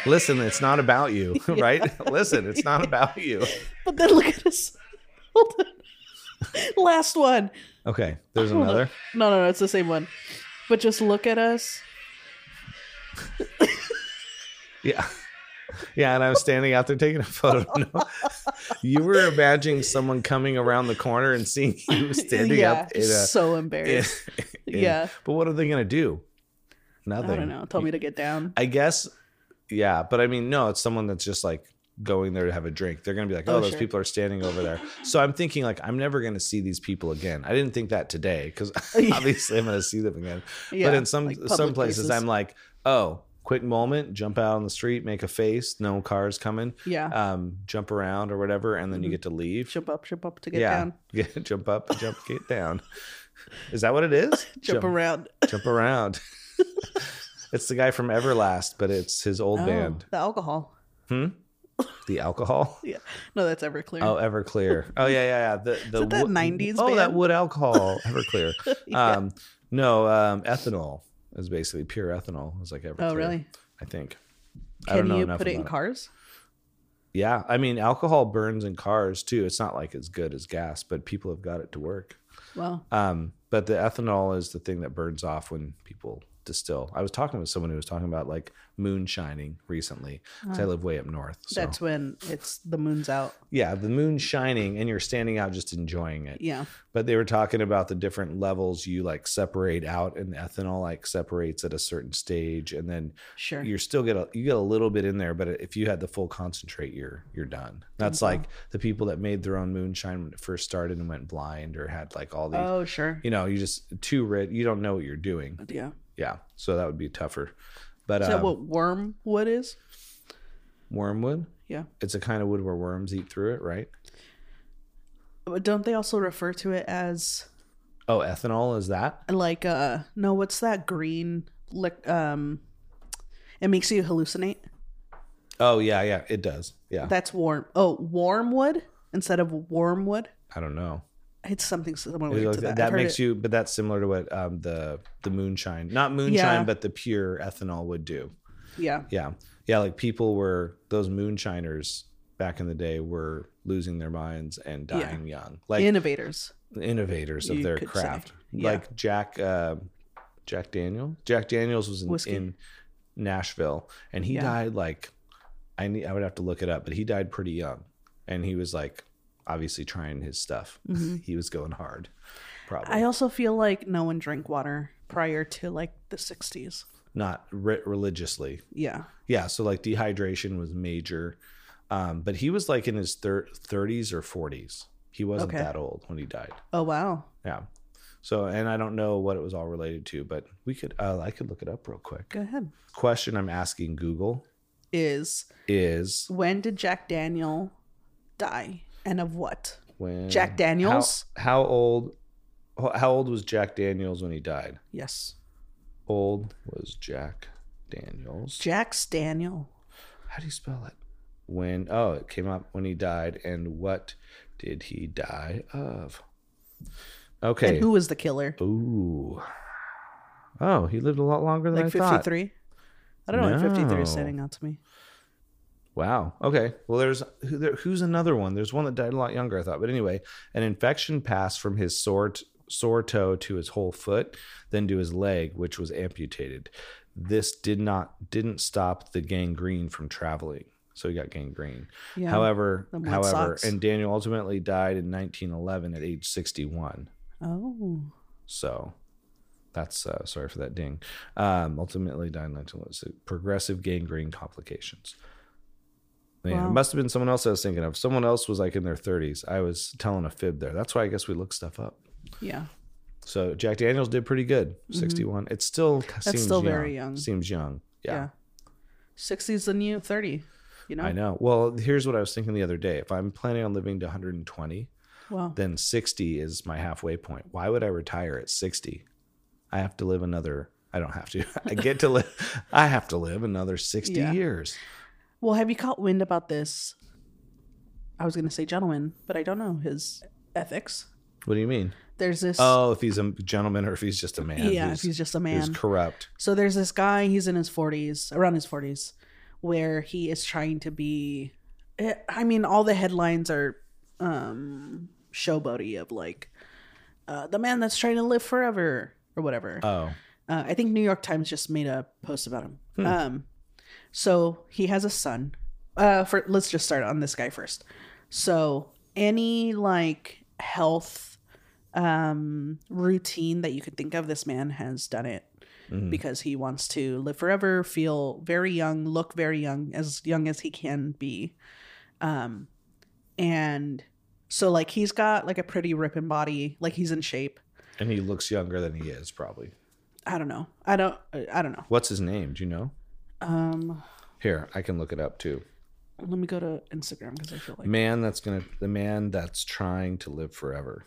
[SPEAKER 1] Listen, it's not about you, right? Listen, it's not about you.
[SPEAKER 2] but then look at this Hold on. last one
[SPEAKER 1] Okay, there's
[SPEAKER 2] Hold on.
[SPEAKER 1] another.
[SPEAKER 2] Oh, no no no it's the same one but just look at us
[SPEAKER 1] Yeah. Yeah, and I'm standing out there taking a photo. No. you were imagining someone coming around the corner and seeing you standing
[SPEAKER 2] yeah
[SPEAKER 1] up in a.
[SPEAKER 2] so embarrassed
[SPEAKER 1] in-
[SPEAKER 2] Yeah.
[SPEAKER 1] But what are they going to do? Nothing.
[SPEAKER 2] i don't know told me to get down
[SPEAKER 1] I guess, yeah, but I mean, no, it's someone that's just like going there to have a drink. They're gonna be like, oh,
[SPEAKER 2] Oh,
[SPEAKER 1] those
[SPEAKER 2] sure.
[SPEAKER 1] people are standing over there. So I'm thinking like, I'm never gonna see these people again. I didn't think that today because
[SPEAKER 2] Yeah.
[SPEAKER 1] obviously I'm gonna see them again.
[SPEAKER 2] Yeah,
[SPEAKER 1] but in some
[SPEAKER 2] like
[SPEAKER 1] some
[SPEAKER 2] public
[SPEAKER 1] places,
[SPEAKER 2] places.
[SPEAKER 1] I'm like, oh, quick moment, jump out on the street, make a face, no cars coming,
[SPEAKER 2] yeah
[SPEAKER 1] um, jump around or whatever, and then you get to leave.
[SPEAKER 2] Mm-hmm. jump up jump up to get
[SPEAKER 1] yeah,
[SPEAKER 2] down
[SPEAKER 1] yeah, jump up, jump, get down. Is that what it is?
[SPEAKER 2] jump around
[SPEAKER 1] jump around. it's the guy from Everlast, but it's his old
[SPEAKER 2] Oh,
[SPEAKER 1] band,
[SPEAKER 2] The alcohol.
[SPEAKER 1] The Alcohol.
[SPEAKER 2] Yeah. No, that's Everclear.
[SPEAKER 1] Oh, Everclear. Oh yeah, yeah, yeah. The the
[SPEAKER 2] that
[SPEAKER 1] wood-
[SPEAKER 2] 90s
[SPEAKER 1] Oh, that
[SPEAKER 2] band?
[SPEAKER 1] wood alcohol, Everclear.
[SPEAKER 2] Yeah.
[SPEAKER 1] Um, no, um, ethanol is basically pure ethanol. Is like Everclear.
[SPEAKER 2] oh, really?
[SPEAKER 1] I think. I don't
[SPEAKER 2] Can
[SPEAKER 1] know
[SPEAKER 2] you
[SPEAKER 1] enough
[SPEAKER 2] put it in
[SPEAKER 1] about
[SPEAKER 2] cars?
[SPEAKER 1] Yeah, I mean, alcohol burns in cars too. It's not like as good as gas, but people have got it to work.
[SPEAKER 2] Well,
[SPEAKER 1] Um, but the ethanol is the thing that burns off when people distill. I was talking with someone who was talking about like moonshining recently 'cause I live way up north. So
[SPEAKER 2] that's when it's the moon's out.
[SPEAKER 1] yeah, the moon's shining and you're standing out just enjoying it.
[SPEAKER 2] Yeah.
[SPEAKER 1] But they were talking about the different levels you like separate out, and the ethanol like separates at a certain stage, and then
[SPEAKER 2] Sure.
[SPEAKER 1] you're still get a you get a little bit in there, but if you had the full concentrate, you're you're done. That's like the people that made their own moonshine when it first started and went blind or had like all these
[SPEAKER 2] oh, sure.
[SPEAKER 1] you know, you just too rich. You don't know what you're doing.
[SPEAKER 2] Yeah.
[SPEAKER 1] Yeah, so that would be tougher. But
[SPEAKER 2] Is
[SPEAKER 1] um,
[SPEAKER 2] that what wormwood is?
[SPEAKER 1] wormwood,
[SPEAKER 2] Yeah.
[SPEAKER 1] it's a kind of wood where worms eat through it, right?
[SPEAKER 2] But don't they also refer to it as
[SPEAKER 1] Oh, ethanol is that?
[SPEAKER 2] like uh no, what's that green lick um it makes you hallucinate?
[SPEAKER 1] Oh yeah, yeah, it does. Yeah,
[SPEAKER 2] That's warm. Oh, wormwood instead of wormwood.
[SPEAKER 1] I don't know.
[SPEAKER 2] It's something similar
[SPEAKER 1] It
[SPEAKER 2] to
[SPEAKER 1] goes-
[SPEAKER 2] that.
[SPEAKER 1] that
[SPEAKER 2] I've heard
[SPEAKER 1] makes
[SPEAKER 2] it-
[SPEAKER 1] you, but that's similar to what um, the the moonshine, not moonshine,
[SPEAKER 2] Yeah.
[SPEAKER 1] but the pure ethanol would do.
[SPEAKER 2] Yeah.
[SPEAKER 1] Yeah, yeah, like people were those moonshiners back in the day were losing their minds and
[SPEAKER 2] Yeah.
[SPEAKER 1] dying young. Like
[SPEAKER 2] Innovators.
[SPEAKER 1] innovators of
[SPEAKER 2] You
[SPEAKER 1] their
[SPEAKER 2] could say.
[SPEAKER 1] craft
[SPEAKER 2] Yeah.
[SPEAKER 1] like jack uh, Jack Daniel. Jack Daniels was in,
[SPEAKER 2] Whiskey.
[SPEAKER 1] in Nashville, and he
[SPEAKER 2] Yeah.
[SPEAKER 1] died like I need. I would have to look it up, but he died pretty young, and he was like obviously trying his stuff.
[SPEAKER 2] Mhm.
[SPEAKER 1] he was going hard. Probably
[SPEAKER 2] I also feel like no one drank water prior to like the 60s.
[SPEAKER 1] not re- religiously.
[SPEAKER 2] Yeah.
[SPEAKER 1] Yeah, so like dehydration was major, um, but he was like in his thir- 30s or 40s. He wasn't
[SPEAKER 2] Okay.
[SPEAKER 1] that old when he died.
[SPEAKER 2] Oh wow.
[SPEAKER 1] Yeah. So, and I don't know what it was all related to, but we could, uh, I could look it up real quick.
[SPEAKER 2] Go ahead.
[SPEAKER 1] Question I'm asking Google
[SPEAKER 2] Is
[SPEAKER 1] is
[SPEAKER 2] when did Jack Daniel die and of what?
[SPEAKER 1] when
[SPEAKER 2] Jack Daniels?
[SPEAKER 1] How, how old? ho- How old was Jack Daniels when he died?
[SPEAKER 2] Yes.
[SPEAKER 1] Old was Jack Daniels.
[SPEAKER 2] Jack's Daniel.
[SPEAKER 1] How do you spell it? When? Oh, it came up when he died. And what did he die of? Okay.
[SPEAKER 2] And who was the killer?
[SPEAKER 1] Ooh. Oh, he lived a lot longer than
[SPEAKER 2] Like
[SPEAKER 1] I thought.
[SPEAKER 2] 53? I don't know why 53 is
[SPEAKER 1] No.
[SPEAKER 2] standing out to me.
[SPEAKER 1] Wow. Okay. Well, there's who, there, who's another one. There's one that died a lot younger, I thought. But anyway, an infection passed from his sore, t- sore toe to his whole foot, then to his leg, which was amputated. This did not didn't stop the gangrene from traveling, so he got gangrene.
[SPEAKER 2] Yeah.
[SPEAKER 1] however,
[SPEAKER 2] the White
[SPEAKER 1] however,
[SPEAKER 2] Sox.
[SPEAKER 1] and Daniel ultimately died in 1911 at age 61.
[SPEAKER 2] oh.
[SPEAKER 1] So that's uh, sorry for that ding. Um, ultimately died in 1911. Progressive gangrene complications. Man,
[SPEAKER 2] Wow.
[SPEAKER 1] it must have been someone else I was thinking of. Someone else was like in their 30s. I was telling a fib there. That's why I guess we look stuff up.
[SPEAKER 2] Yeah.
[SPEAKER 1] So Jack Daniels did pretty good. 61. It still seems
[SPEAKER 2] Mm-hmm. still
[SPEAKER 1] young.
[SPEAKER 2] very young.
[SPEAKER 1] Seems young.
[SPEAKER 2] Yeah.
[SPEAKER 1] yeah.
[SPEAKER 2] 60's the new 30. You know?
[SPEAKER 1] I know. Well, here's what I was thinking the other day. If I'm planning on living to 120,
[SPEAKER 2] Wow.
[SPEAKER 1] then 60 is my halfway point. Why would I retire at 60? I have to live another I don't have to. I get to live I have to live another 60
[SPEAKER 2] Yeah.
[SPEAKER 1] years.
[SPEAKER 2] Well, have you caught wind about this? I was going to say gentleman, but I don't know his ethics.
[SPEAKER 1] What do you mean?
[SPEAKER 2] There's this.
[SPEAKER 1] Oh, if he's a gentleman or if he's just a man.
[SPEAKER 2] yeah,
[SPEAKER 1] who's,
[SPEAKER 2] if he's just a
[SPEAKER 1] who's
[SPEAKER 2] man.
[SPEAKER 1] corrupt.
[SPEAKER 2] So there's this guy, he's in his 40s, around his 40s, where he is trying to be eh, I mean, all the headlines are um showboaty of like uh, the man that's trying to live forever or whatever.
[SPEAKER 1] Oh.
[SPEAKER 2] Uh, I think New York Times just made a post about him. Um so he has a son. Uh for let's just start on this guy first. So any like health um routine that you could think of this man has done it
[SPEAKER 1] Mhm.
[SPEAKER 2] because he wants to live forever, feel very young, look very young, as young as he can be. Um, and so like he's got like a pretty ripping body, like he's in shape.
[SPEAKER 1] And he looks younger than he is probably.
[SPEAKER 2] I don't know. I don't. I don't know.
[SPEAKER 1] What's his name? Do you know?
[SPEAKER 2] Um,
[SPEAKER 1] Here, I can look it up too.
[SPEAKER 2] let me go to Instagram because I feel like
[SPEAKER 1] Man that's going to the man that's trying to live forever.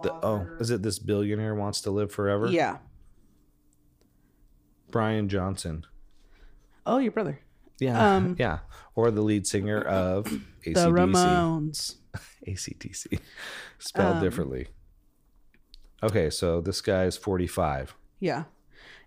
[SPEAKER 1] The, oh, is it this billionaire wants to live forever?
[SPEAKER 2] yeah.
[SPEAKER 1] Brian Johnson.
[SPEAKER 2] Oh, your brother,
[SPEAKER 1] Yeah,
[SPEAKER 2] Um,
[SPEAKER 1] yeah. Or the lead singer of ACDC.
[SPEAKER 2] the Ramones.
[SPEAKER 1] ACDC, spelled
[SPEAKER 2] Um,
[SPEAKER 1] differently. Okay, so this guy is 45.
[SPEAKER 2] Yeah,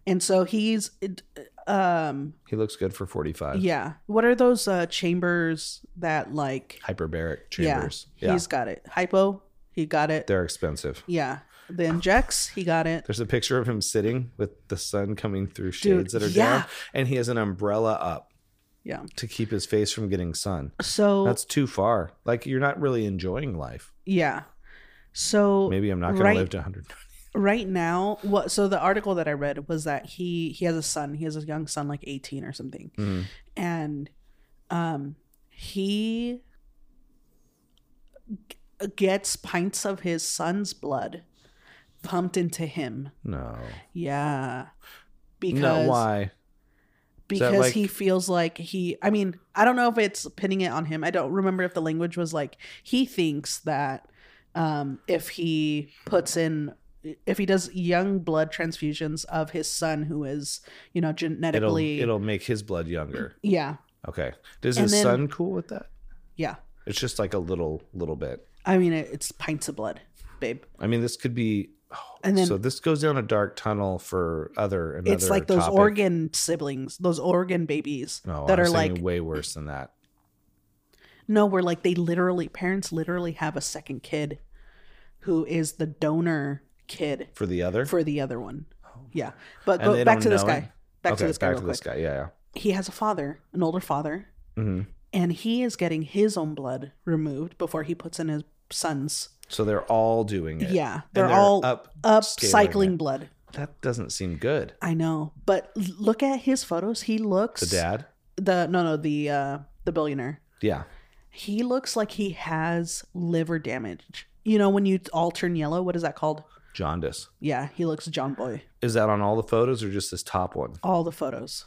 [SPEAKER 2] and so he's it- um
[SPEAKER 1] He looks good for 45.
[SPEAKER 2] yeah. What are those uh chambers that like?
[SPEAKER 1] Hyperbaric chambers.
[SPEAKER 2] Yeah,
[SPEAKER 1] Yeah,
[SPEAKER 2] he's got it. Hypo, he got it.
[SPEAKER 1] they're expensive.
[SPEAKER 2] Yeah, the injects, he got it.
[SPEAKER 1] There's a picture of him sitting with the sun coming through
[SPEAKER 2] Dude,
[SPEAKER 1] shades that are
[SPEAKER 2] yeah.
[SPEAKER 1] down, and he has an umbrella up
[SPEAKER 2] Yeah.
[SPEAKER 1] to keep his face from getting sun.
[SPEAKER 2] So
[SPEAKER 1] That's too far. Like you're not really enjoying life.
[SPEAKER 2] yeah, so
[SPEAKER 1] Maybe I'm not going
[SPEAKER 2] right-
[SPEAKER 1] to live to 100.
[SPEAKER 2] right now, what? So the article that I read was that he he has a son. He has a young son, like eighteen or something,
[SPEAKER 1] Mhm.
[SPEAKER 2] and um, he g- gets pints of his son's blood pumped into him.
[SPEAKER 1] No.
[SPEAKER 2] Yeah,
[SPEAKER 1] No,
[SPEAKER 2] because
[SPEAKER 1] why? Is that
[SPEAKER 2] because
[SPEAKER 1] like-
[SPEAKER 2] he feels like he i mean i don't know if it's pinning it on him i don't remember if the language was like he thinks that um if he puts in if he does young blood transfusions of his son who is you know
[SPEAKER 1] It'll,
[SPEAKER 2] genetically
[SPEAKER 1] it'll make his blood younger.
[SPEAKER 2] yeah
[SPEAKER 1] Okay. Does
[SPEAKER 2] And
[SPEAKER 1] his
[SPEAKER 2] then-
[SPEAKER 1] son cool with that?
[SPEAKER 2] yeah
[SPEAKER 1] It's just like a little little bit.
[SPEAKER 2] i mean it, it's pints of blood babe
[SPEAKER 1] I mean, this could be. oh,
[SPEAKER 2] And then-
[SPEAKER 1] so this goes down a dark tunnel for other. Another
[SPEAKER 2] it's like those
[SPEAKER 1] topic.
[SPEAKER 2] organ siblings those organ babies
[SPEAKER 1] No,
[SPEAKER 2] that
[SPEAKER 1] I'm
[SPEAKER 2] are
[SPEAKER 1] saying
[SPEAKER 2] like
[SPEAKER 1] way worse than that.
[SPEAKER 2] No, where like they literally parents literally have a second kid who is the donor kid
[SPEAKER 1] For the other,
[SPEAKER 2] for the other one.
[SPEAKER 1] oh
[SPEAKER 2] Yeah. But
[SPEAKER 1] And
[SPEAKER 2] go
[SPEAKER 1] they
[SPEAKER 2] back
[SPEAKER 1] don't
[SPEAKER 2] to this
[SPEAKER 1] know
[SPEAKER 2] guy.
[SPEAKER 1] it?
[SPEAKER 2] Back to
[SPEAKER 1] Okay,
[SPEAKER 2] this guy
[SPEAKER 1] back
[SPEAKER 2] real
[SPEAKER 1] to
[SPEAKER 2] quick.
[SPEAKER 1] this guy. Yeah.
[SPEAKER 2] He has a father, an older father,
[SPEAKER 1] yeah. hmm
[SPEAKER 2] and he is getting his own blood removed before he puts in his son's.
[SPEAKER 1] So they're all doing
[SPEAKER 2] Yeah.
[SPEAKER 1] it.
[SPEAKER 2] They're,
[SPEAKER 1] And
[SPEAKER 2] all up,
[SPEAKER 1] up.
[SPEAKER 2] cycling
[SPEAKER 1] it.
[SPEAKER 2] blood.
[SPEAKER 1] That doesn't seem good.
[SPEAKER 2] I know. But l- look at his photos. He looks
[SPEAKER 1] The dad.
[SPEAKER 2] the no no the uh the billionaire.
[SPEAKER 1] Yeah.
[SPEAKER 2] He looks like he has liver damage. You know when you all turn yellow, what is that called?
[SPEAKER 1] Jaundice.
[SPEAKER 2] Yeah, he looks John Boy.
[SPEAKER 1] Is that on all the photos or just this top one?
[SPEAKER 2] All the photos.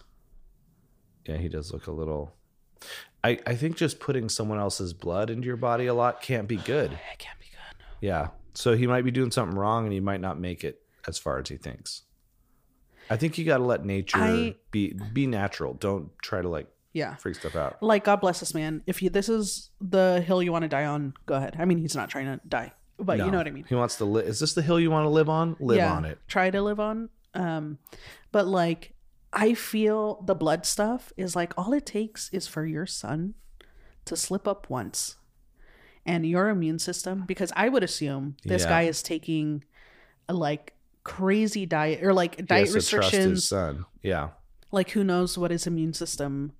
[SPEAKER 1] Yeah, he does look a little. I, I think just putting someone else's blood into your body a lot can't be good.
[SPEAKER 2] It can't be good.
[SPEAKER 1] Yeah. So he might be doing something wrong and he might not make it as far as he thinks. I think you got to let nature
[SPEAKER 2] I-
[SPEAKER 1] be be natural. Don't try to like
[SPEAKER 2] Yeah.
[SPEAKER 1] freak stuff out.
[SPEAKER 2] Like God bless this man. If you this is the hill you want to die on, go ahead. I mean, he's not trying to die, but
[SPEAKER 1] No.
[SPEAKER 2] you know what I mean.
[SPEAKER 1] He wants to live. Is this the hill you want to live on? Live
[SPEAKER 2] Yeah,
[SPEAKER 1] on it.
[SPEAKER 2] Try to live on. Um, but like, I feel the blood stuff is like all it takes is for your son to slip up once, and your immune system. Because I would assume this
[SPEAKER 1] Yeah.
[SPEAKER 2] guy is taking, a, like crazy diet or like
[SPEAKER 1] He has to
[SPEAKER 2] diet
[SPEAKER 1] trust his
[SPEAKER 2] restrictions
[SPEAKER 1] son. Yeah.
[SPEAKER 2] like who knows what his immune system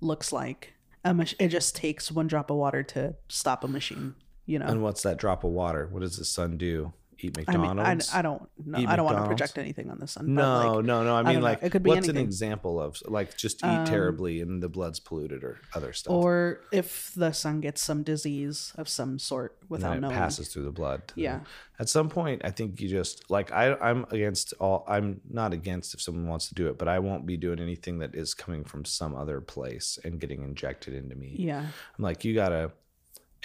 [SPEAKER 2] looks like a mach- it just takes one drop of water to stop a machine you know
[SPEAKER 1] And what's that drop of water? What does his son do? Eat
[SPEAKER 2] i mean I,
[SPEAKER 1] McDonald's?
[SPEAKER 2] I don't know
[SPEAKER 1] Eat
[SPEAKER 2] i don't want to
[SPEAKER 1] McDonald's?
[SPEAKER 2] project anything on this one but
[SPEAKER 1] no,
[SPEAKER 2] like
[SPEAKER 1] no, no. I mean,
[SPEAKER 2] don't know.
[SPEAKER 1] like,
[SPEAKER 2] It could be
[SPEAKER 1] what's an
[SPEAKER 2] anything.
[SPEAKER 1] example of like just eat
[SPEAKER 2] Um,
[SPEAKER 1] terribly and the blood's polluted or other stuff,
[SPEAKER 2] or if the son gets some disease of some sort
[SPEAKER 1] and then
[SPEAKER 2] without
[SPEAKER 1] it
[SPEAKER 2] knowing
[SPEAKER 1] passes through the blood. to them.
[SPEAKER 2] yeah
[SPEAKER 1] At some point, I think you just like I, I'm against all. I'm not against if someone wants to do it, but I won't be doing anything that is coming from some other place and getting injected into me.
[SPEAKER 2] yeah
[SPEAKER 1] I'm like, you gotta,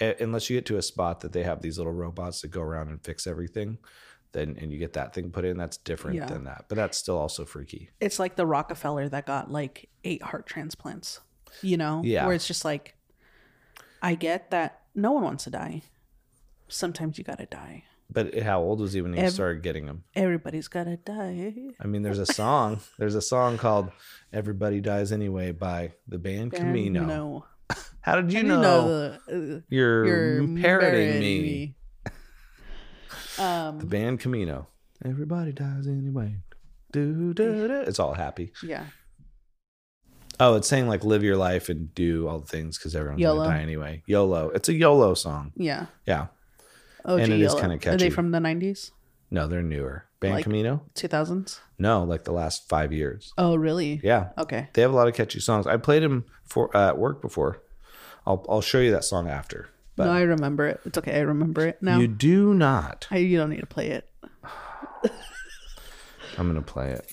[SPEAKER 1] a- unless you get to a spot that they have these little robots that go around and fix everything, then and you get that thing put in, that's different
[SPEAKER 2] Yeah.
[SPEAKER 1] than that. But that's still also freaky.
[SPEAKER 2] it's like the rockefeller that got like eight heart transplants you know
[SPEAKER 1] Yeah.
[SPEAKER 2] where it's just like i get that no one wants to die sometimes you gotta die
[SPEAKER 1] But how old was he when he
[SPEAKER 2] Ev-
[SPEAKER 1] started getting them?
[SPEAKER 2] everybody's gotta die
[SPEAKER 1] I mean, there's a song. there's a song called "Everybody Dies Anyway" by the band
[SPEAKER 2] And
[SPEAKER 1] Camino.
[SPEAKER 2] no.
[SPEAKER 1] How did you
[SPEAKER 2] And
[SPEAKER 1] know,
[SPEAKER 2] the, uh,
[SPEAKER 1] you're,
[SPEAKER 2] you're
[SPEAKER 1] parodying me?
[SPEAKER 2] Um,
[SPEAKER 1] The band Camino. Everybody dies anyway. Do, do, do. It's all happy.
[SPEAKER 2] yeah,
[SPEAKER 1] Oh, it's saying like live your life and do all the things because everyone's
[SPEAKER 2] YOLO.
[SPEAKER 1] gonna die anyway. YOLO. It's a YOLO song.
[SPEAKER 2] yeah.
[SPEAKER 1] Yeah.
[SPEAKER 2] Oh,
[SPEAKER 1] And it
[SPEAKER 2] gee,
[SPEAKER 1] is
[SPEAKER 2] yellow.
[SPEAKER 1] kinda
[SPEAKER 2] Are
[SPEAKER 1] catchy.
[SPEAKER 2] they from the nineties,
[SPEAKER 1] No, they're newer. Band
[SPEAKER 2] Like-
[SPEAKER 1] Camino?
[SPEAKER 2] two thousands?
[SPEAKER 1] No, like the last five years.
[SPEAKER 2] Oh, really?
[SPEAKER 1] Yeah.
[SPEAKER 2] Okay.
[SPEAKER 1] They have a lot of catchy songs. I played them for uh, at work before. I'll I'll show you that song after. But
[SPEAKER 2] no, I remember it. It's okay. I remember it now.
[SPEAKER 1] you
[SPEAKER 2] You,
[SPEAKER 1] do not.
[SPEAKER 2] I, you don't need to play it.
[SPEAKER 1] I'm gonna play it.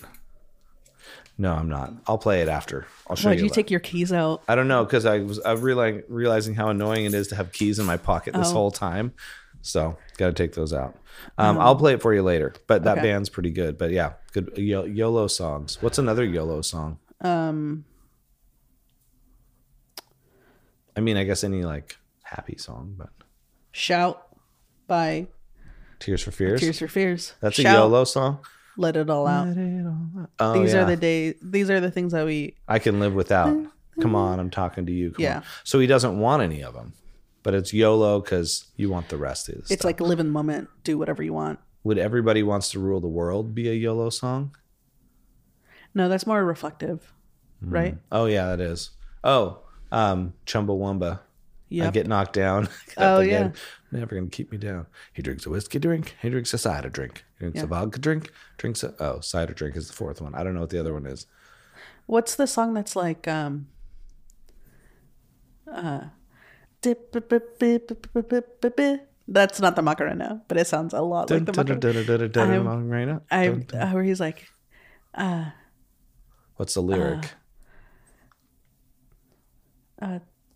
[SPEAKER 1] No, I'm not. I'll play it after. I'll show
[SPEAKER 2] Why'd
[SPEAKER 1] you.
[SPEAKER 2] you
[SPEAKER 1] what-
[SPEAKER 2] take your keys out?
[SPEAKER 1] I don't know because I was I realizing realizing how annoying it is to have keys in my pocket this
[SPEAKER 2] Oh.
[SPEAKER 1] whole time. So got to take those out. Um, I'll play it for you later. But that
[SPEAKER 2] Oh. Okay.
[SPEAKER 1] band's pretty good. But yeah, good Yo- YOLO songs. What's another YOLO song?
[SPEAKER 2] Um,
[SPEAKER 1] I mean, I guess any like happy song, but
[SPEAKER 2] shout by
[SPEAKER 1] Tears for Fears.
[SPEAKER 2] Tears for Fears.
[SPEAKER 1] That's
[SPEAKER 2] shout,
[SPEAKER 1] a YOLO song.
[SPEAKER 2] Let it all out.
[SPEAKER 1] Let it all out. Oh,
[SPEAKER 2] These
[SPEAKER 1] yeah.
[SPEAKER 2] are the day. These are the things that we.
[SPEAKER 1] I can live without. Come on, I'm talking to you. Come
[SPEAKER 2] Mm-hmm. Yeah.
[SPEAKER 1] On. So he doesn't want any of them, but it's YOLO because you want the rest of this.
[SPEAKER 2] It's like live in the moment. Do whatever you want.
[SPEAKER 1] Would everybody wants to rule the world be a YOLO song?
[SPEAKER 2] No, that's more reflective, right?
[SPEAKER 1] Oh yeah, that is. Oh, um, Chumbawamba. I
[SPEAKER 2] Yeah.
[SPEAKER 1] get knocked down. get
[SPEAKER 2] Oh,
[SPEAKER 1] up again. Never gonna keep me down. He drinks a whiskey drink. He drinks a cider drink. He drinks a
[SPEAKER 2] Yeah.
[SPEAKER 1] vodka drink. Drinks a oh cider drink is the fourth one. I don't know what the other one is.
[SPEAKER 2] What's the song that's like um uh dip- bip- bip- bip- bip- bip- bip- bip- bip. that's not the Macarena, but it sounds a lot like the Macarena. I'm- I
[SPEAKER 1] Dun-dun-dun-dun-dun-dun-dun-dun-dun-dun.
[SPEAKER 2] uh, where he's like
[SPEAKER 1] What's the
[SPEAKER 2] uh,
[SPEAKER 1] lyric?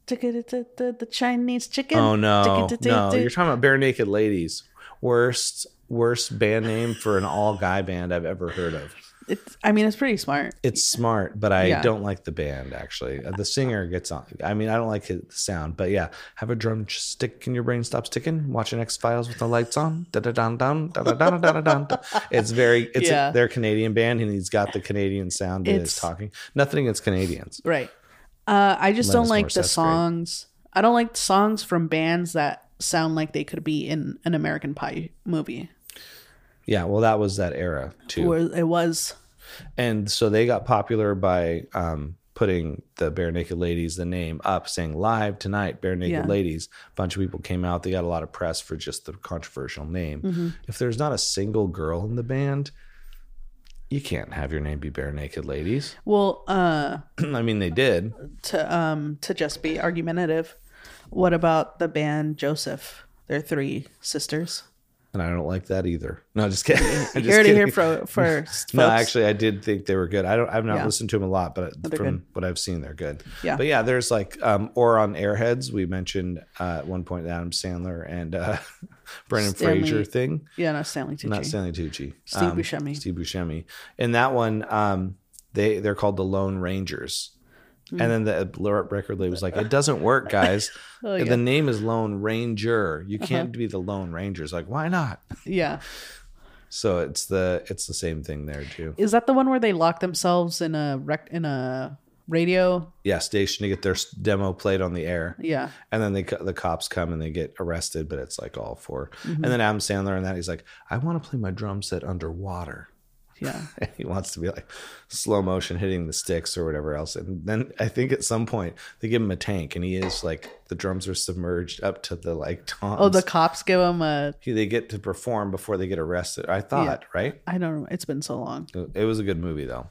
[SPEAKER 2] "Tikka-tikka-tikka, the Chinese chicken.
[SPEAKER 1] Oh no, no!
[SPEAKER 2] Tikka-tikka-tikka."
[SPEAKER 1] You're talking about bare naked ladies. Worst, worst band name for an all guy band I've ever heard of.
[SPEAKER 2] It's I mean it's pretty smart.
[SPEAKER 1] It's smart, but I
[SPEAKER 2] Yeah.
[SPEAKER 1] don't like the band actually. Uh, The singer gets on. I mean, I don't like his sound, but yeah, have a drum stick and your brain stops ticking. Watching X Files with the lights on. Da da da da da da da da da da. It's very. It's
[SPEAKER 2] Yeah.
[SPEAKER 1] their Canadian band, and he's got the Canadian sound. to his
[SPEAKER 2] It's-
[SPEAKER 1] talking. Nothing against Canadians.
[SPEAKER 2] Right. Uh I just
[SPEAKER 1] Alanis
[SPEAKER 2] don't like the
[SPEAKER 1] Morissette's great.
[SPEAKER 2] songs. I don't like songs from bands that sound like they could be in an American Pie movie.
[SPEAKER 1] Yeah, well, that was that era too.
[SPEAKER 2] Where it was
[SPEAKER 1] And so they got popular by um, putting the Bare Naked Ladies, the name up, saying live tonight, Bare Naked
[SPEAKER 2] Yeah.
[SPEAKER 1] Ladies. A bunch of people came out. They got a lot of press for just the controversial name.
[SPEAKER 2] Mhm.
[SPEAKER 1] If there's not a single girl in the band, you can't have your name be Bare Naked Ladies.
[SPEAKER 2] well uh
[SPEAKER 1] I mean, they did.
[SPEAKER 2] to um to just be argumentative. What about the band Joseph? They're three sisters.
[SPEAKER 1] And I don't like that either. No, just kidding. I'm just
[SPEAKER 2] you heard it
[SPEAKER 1] kidding.
[SPEAKER 2] here fro- first.
[SPEAKER 1] No,
[SPEAKER 2] folks.
[SPEAKER 1] actually, I did think they were good. I don't. I've not
[SPEAKER 2] Yeah.
[SPEAKER 1] listened to them a lot, but
[SPEAKER 2] they're
[SPEAKER 1] from
[SPEAKER 2] good.
[SPEAKER 1] what I've seen, they're good.
[SPEAKER 2] Yeah.
[SPEAKER 1] But yeah, there's like, um, or on Airheads, we mentioned uh, at one point the Adam Sandler and uh, Brendan
[SPEAKER 2] Stanley
[SPEAKER 1] Fraser thing.
[SPEAKER 2] yeah, not Stanley Tucci.
[SPEAKER 1] Not Stanley Tucci.
[SPEAKER 2] Steve
[SPEAKER 1] um,
[SPEAKER 2] Buscemi.
[SPEAKER 1] Steve Buscemi. And that one, um, they they're called the Lone Rangers.
[SPEAKER 2] Hmm.
[SPEAKER 1] And then the record label was like, "It doesn't work, guys.
[SPEAKER 2] Oh, yeah. Uh-huh.
[SPEAKER 1] The name is Lone Ranger. You can't be the Lone Rangers. Like, why not?"
[SPEAKER 2] yeah,
[SPEAKER 1] So it's the it's the same thing there too.
[SPEAKER 2] is that the one where they lock themselves in a rec- in a radio?
[SPEAKER 1] yeah station to get their s- demo played on the air
[SPEAKER 2] Yeah,
[SPEAKER 1] and then they co- the cops come and they get arrested but it's like all 4
[SPEAKER 2] Mm-hmm.
[SPEAKER 1] and then adam sandler and that he's like i want to play my drum set underwater
[SPEAKER 2] yeah.
[SPEAKER 1] and he wants to be like slow motion hitting the sticks or whatever else and then i think at some point they give him a tank and he is like the drums are submerged up to the like toms.
[SPEAKER 2] Oh, the cops give them a.
[SPEAKER 1] he, they get to perform before they get arrested i thought right
[SPEAKER 2] I don't. know. It's been so long.
[SPEAKER 1] it was a good movie though.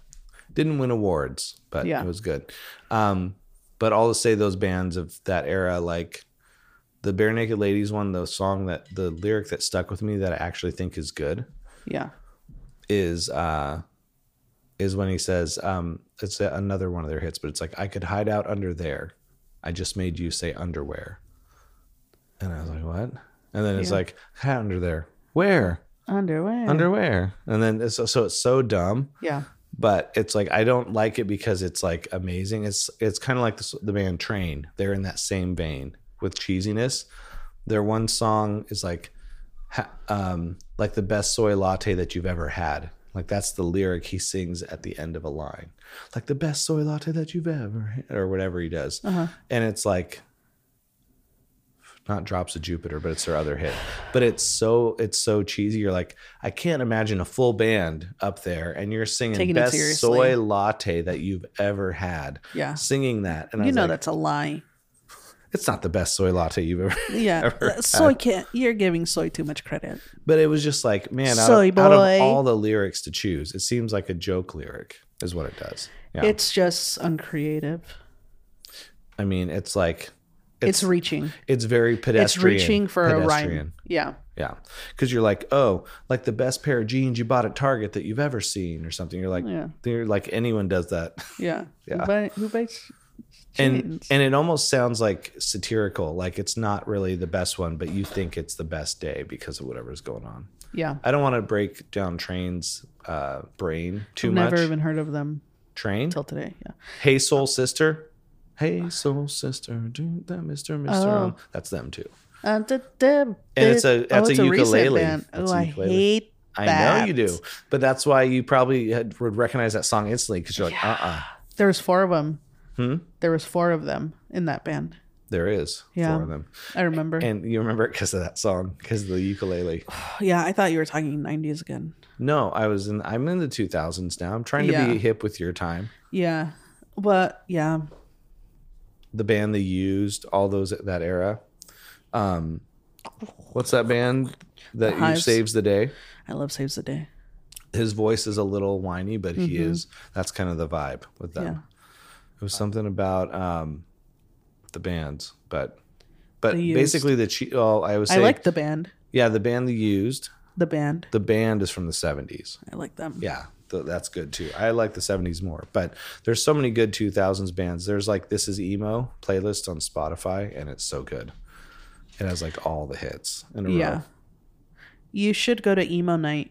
[SPEAKER 1] Didn't win awards, but
[SPEAKER 2] Yeah.
[SPEAKER 1] it was good. Um, but all to say, those bands of that era, like the Bare Naked Ladies one, the song that the lyric that stuck with me that I actually think is good
[SPEAKER 2] Yeah.
[SPEAKER 1] is uh, is when he says um, it's another one of their hits, but it's like I could hide out under there. I just made you say underwear, and I was like, what? And then it's
[SPEAKER 2] Yeah.
[SPEAKER 1] like hide under there, where
[SPEAKER 2] Underwear.
[SPEAKER 1] underwear, and then it's, so it's so dumb
[SPEAKER 2] yeah.
[SPEAKER 1] but it's like I don't like it because it's like amazing. It's it's kind of like the, the band Train. They're in that same vein with cheesiness. Their one song is like, ha- um, like the best soy latte that you've ever had. Like that's the lyric he sings at the end of a line, like the best soy latte that you've ever had, or whatever he does.
[SPEAKER 2] Uh-huh.
[SPEAKER 1] And it's like, not Drops of Jupiter, but it's their other hit. But it's so it's so cheesy. You're like, I can't imagine a full band up there and you're singing
[SPEAKER 2] Taking it
[SPEAKER 1] best
[SPEAKER 2] seriously.
[SPEAKER 1] soy latte that you've ever had.
[SPEAKER 2] Yeah.
[SPEAKER 1] Singing that, and I
[SPEAKER 2] You
[SPEAKER 1] was
[SPEAKER 2] know
[SPEAKER 1] like,
[SPEAKER 2] that's a lie.
[SPEAKER 1] it's not the best soy latte you've ever.
[SPEAKER 2] Yeah.
[SPEAKER 1] Ever had.
[SPEAKER 2] Soy can't. You're giving soy too much credit.
[SPEAKER 1] But it was just like, man, out,
[SPEAKER 2] Soy
[SPEAKER 1] of, out
[SPEAKER 2] boy.
[SPEAKER 1] of all the lyrics to choose, it seems like a joke lyric is what it does. Yeah,
[SPEAKER 2] It's just uncreative.
[SPEAKER 1] I mean, it's like
[SPEAKER 2] It's, reaching.
[SPEAKER 1] it's very pedestrian.
[SPEAKER 2] It's reaching for a
[SPEAKER 1] pedestrian.
[SPEAKER 2] rhyme. Yeah.
[SPEAKER 1] Yeah. Cause you're like, oh, like the best pair of jeans you bought at Target that you've ever seen or something. You're like,
[SPEAKER 2] Yeah.
[SPEAKER 1] you're like anyone does that.
[SPEAKER 2] Yeah.
[SPEAKER 1] Yeah.
[SPEAKER 2] Who, buy, who buys
[SPEAKER 1] And
[SPEAKER 2] jeans?
[SPEAKER 1] and it almost sounds like satirical, like it's not really the best one, but you think it's the best day because of whatever's going on.
[SPEAKER 2] yeah.
[SPEAKER 1] I don't want to break down Train's uh, brain too
[SPEAKER 2] I've
[SPEAKER 1] much.
[SPEAKER 2] never even heard of them
[SPEAKER 1] Train.
[SPEAKER 2] till today. Yeah.
[SPEAKER 1] Hey Soul Sister. Hey Soul Sister. Do that Mr. Mr.
[SPEAKER 2] Oh.
[SPEAKER 1] Um, That's them too.
[SPEAKER 2] Uh, da- da- da- Oh,
[SPEAKER 1] it's a- that's a
[SPEAKER 2] recent
[SPEAKER 1] ukulele.
[SPEAKER 2] band.
[SPEAKER 1] That's
[SPEAKER 2] oh,
[SPEAKER 1] a
[SPEAKER 2] I
[SPEAKER 1] ukulele.
[SPEAKER 2] hate
[SPEAKER 1] I
[SPEAKER 2] that.
[SPEAKER 1] know you do, but that's why you probably had, would recognize that song instantly because you're like, uh uh
[SPEAKER 2] There was four of them. Hmm? There was four of them in that band.
[SPEAKER 1] There is
[SPEAKER 2] Yeah.
[SPEAKER 1] four of them.
[SPEAKER 2] I remember.
[SPEAKER 1] And you remember it because of that song, because of the ukulele.
[SPEAKER 2] Oh, yeah, I thought you were talking 90s again.
[SPEAKER 1] No, I was in. I'm in the 2000s now. I'm trying to
[SPEAKER 2] Yeah.
[SPEAKER 1] be hip with your time.
[SPEAKER 2] Yeah. But yeah.
[SPEAKER 1] The band they used, all those that era. Um, what's that band that you
[SPEAKER 2] Hives.
[SPEAKER 1] saves the day?
[SPEAKER 2] I love Saves the Day.
[SPEAKER 1] His voice is a little whiny, but he is. That's kind of the vibe with them.
[SPEAKER 2] Mm-hmm. Yeah.
[SPEAKER 1] It was something about um, the bands, but but
[SPEAKER 2] They used-
[SPEAKER 1] basically the che- well, I was
[SPEAKER 2] I
[SPEAKER 1] saying,
[SPEAKER 2] like the band.
[SPEAKER 1] yeah, the band they used.
[SPEAKER 2] The band.
[SPEAKER 1] The band is from the 70s.
[SPEAKER 2] I like them.
[SPEAKER 1] yeah th- that's good too i like the 70s more but there's so many good 2000s bands there's like this is emo playlist on spotify and it's so good it has like all the hits in a
[SPEAKER 2] Yeah.
[SPEAKER 1] row
[SPEAKER 2] You should go to emo night.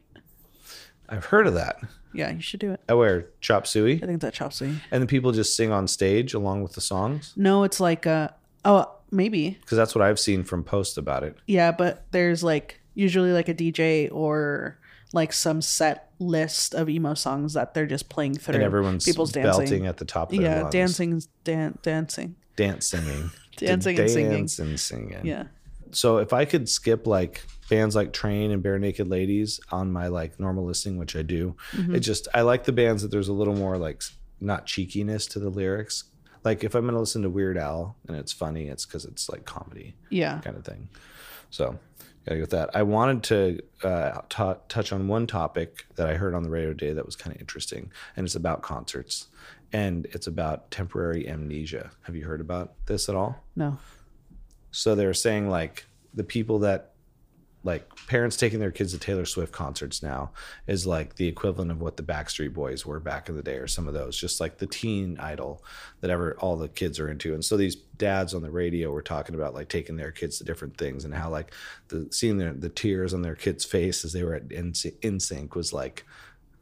[SPEAKER 1] i've heard of that
[SPEAKER 2] Yeah, you should do it.
[SPEAKER 1] i wear chop suey
[SPEAKER 2] I think that chops me.
[SPEAKER 1] and the people just sing on stage along with the songs
[SPEAKER 2] No, it's like uh oh maybe.
[SPEAKER 1] because that's what i've seen from posts about it
[SPEAKER 2] Yeah, but there's like usually like a DJ or like some set list of emo songs that they're just playing through.
[SPEAKER 1] and everyone's
[SPEAKER 2] people's dancing.
[SPEAKER 1] belting at the top of their
[SPEAKER 2] yeah,
[SPEAKER 1] lungs.
[SPEAKER 2] dancing's dan- dancing.
[SPEAKER 1] dance singing
[SPEAKER 2] Dancing and singing.
[SPEAKER 1] dance and singing
[SPEAKER 2] Yeah.
[SPEAKER 1] so if I could skip like bands like Train and Bare Naked Ladies on my like normal listing, which I do,
[SPEAKER 2] Mhm.
[SPEAKER 1] it just I like the bands that there's a little more like s- not cheekiness to the lyrics. Like if I'm gonna listen to Weird Al and it's funny, it's because it's like comedy
[SPEAKER 2] yeah.
[SPEAKER 1] kind of thing. So gotta go with that. I wanted to uh, t- touch on one topic that I heard on the radio today that was kind of interesting, and it's about concerts, and it's about temporary amnesia. Have you heard about this at all?
[SPEAKER 2] No.
[SPEAKER 1] So they're saying like the people that like parents taking their kids to Taylor Swift concerts now is like the equivalent of what the Backstreet Boys were back in the day or some of those just like the teen idol that ever all the kids are into and so these dads on the radio were talking about like taking their kids to different things and how like the seeing the, the tears on their kids face as they were at in sync was like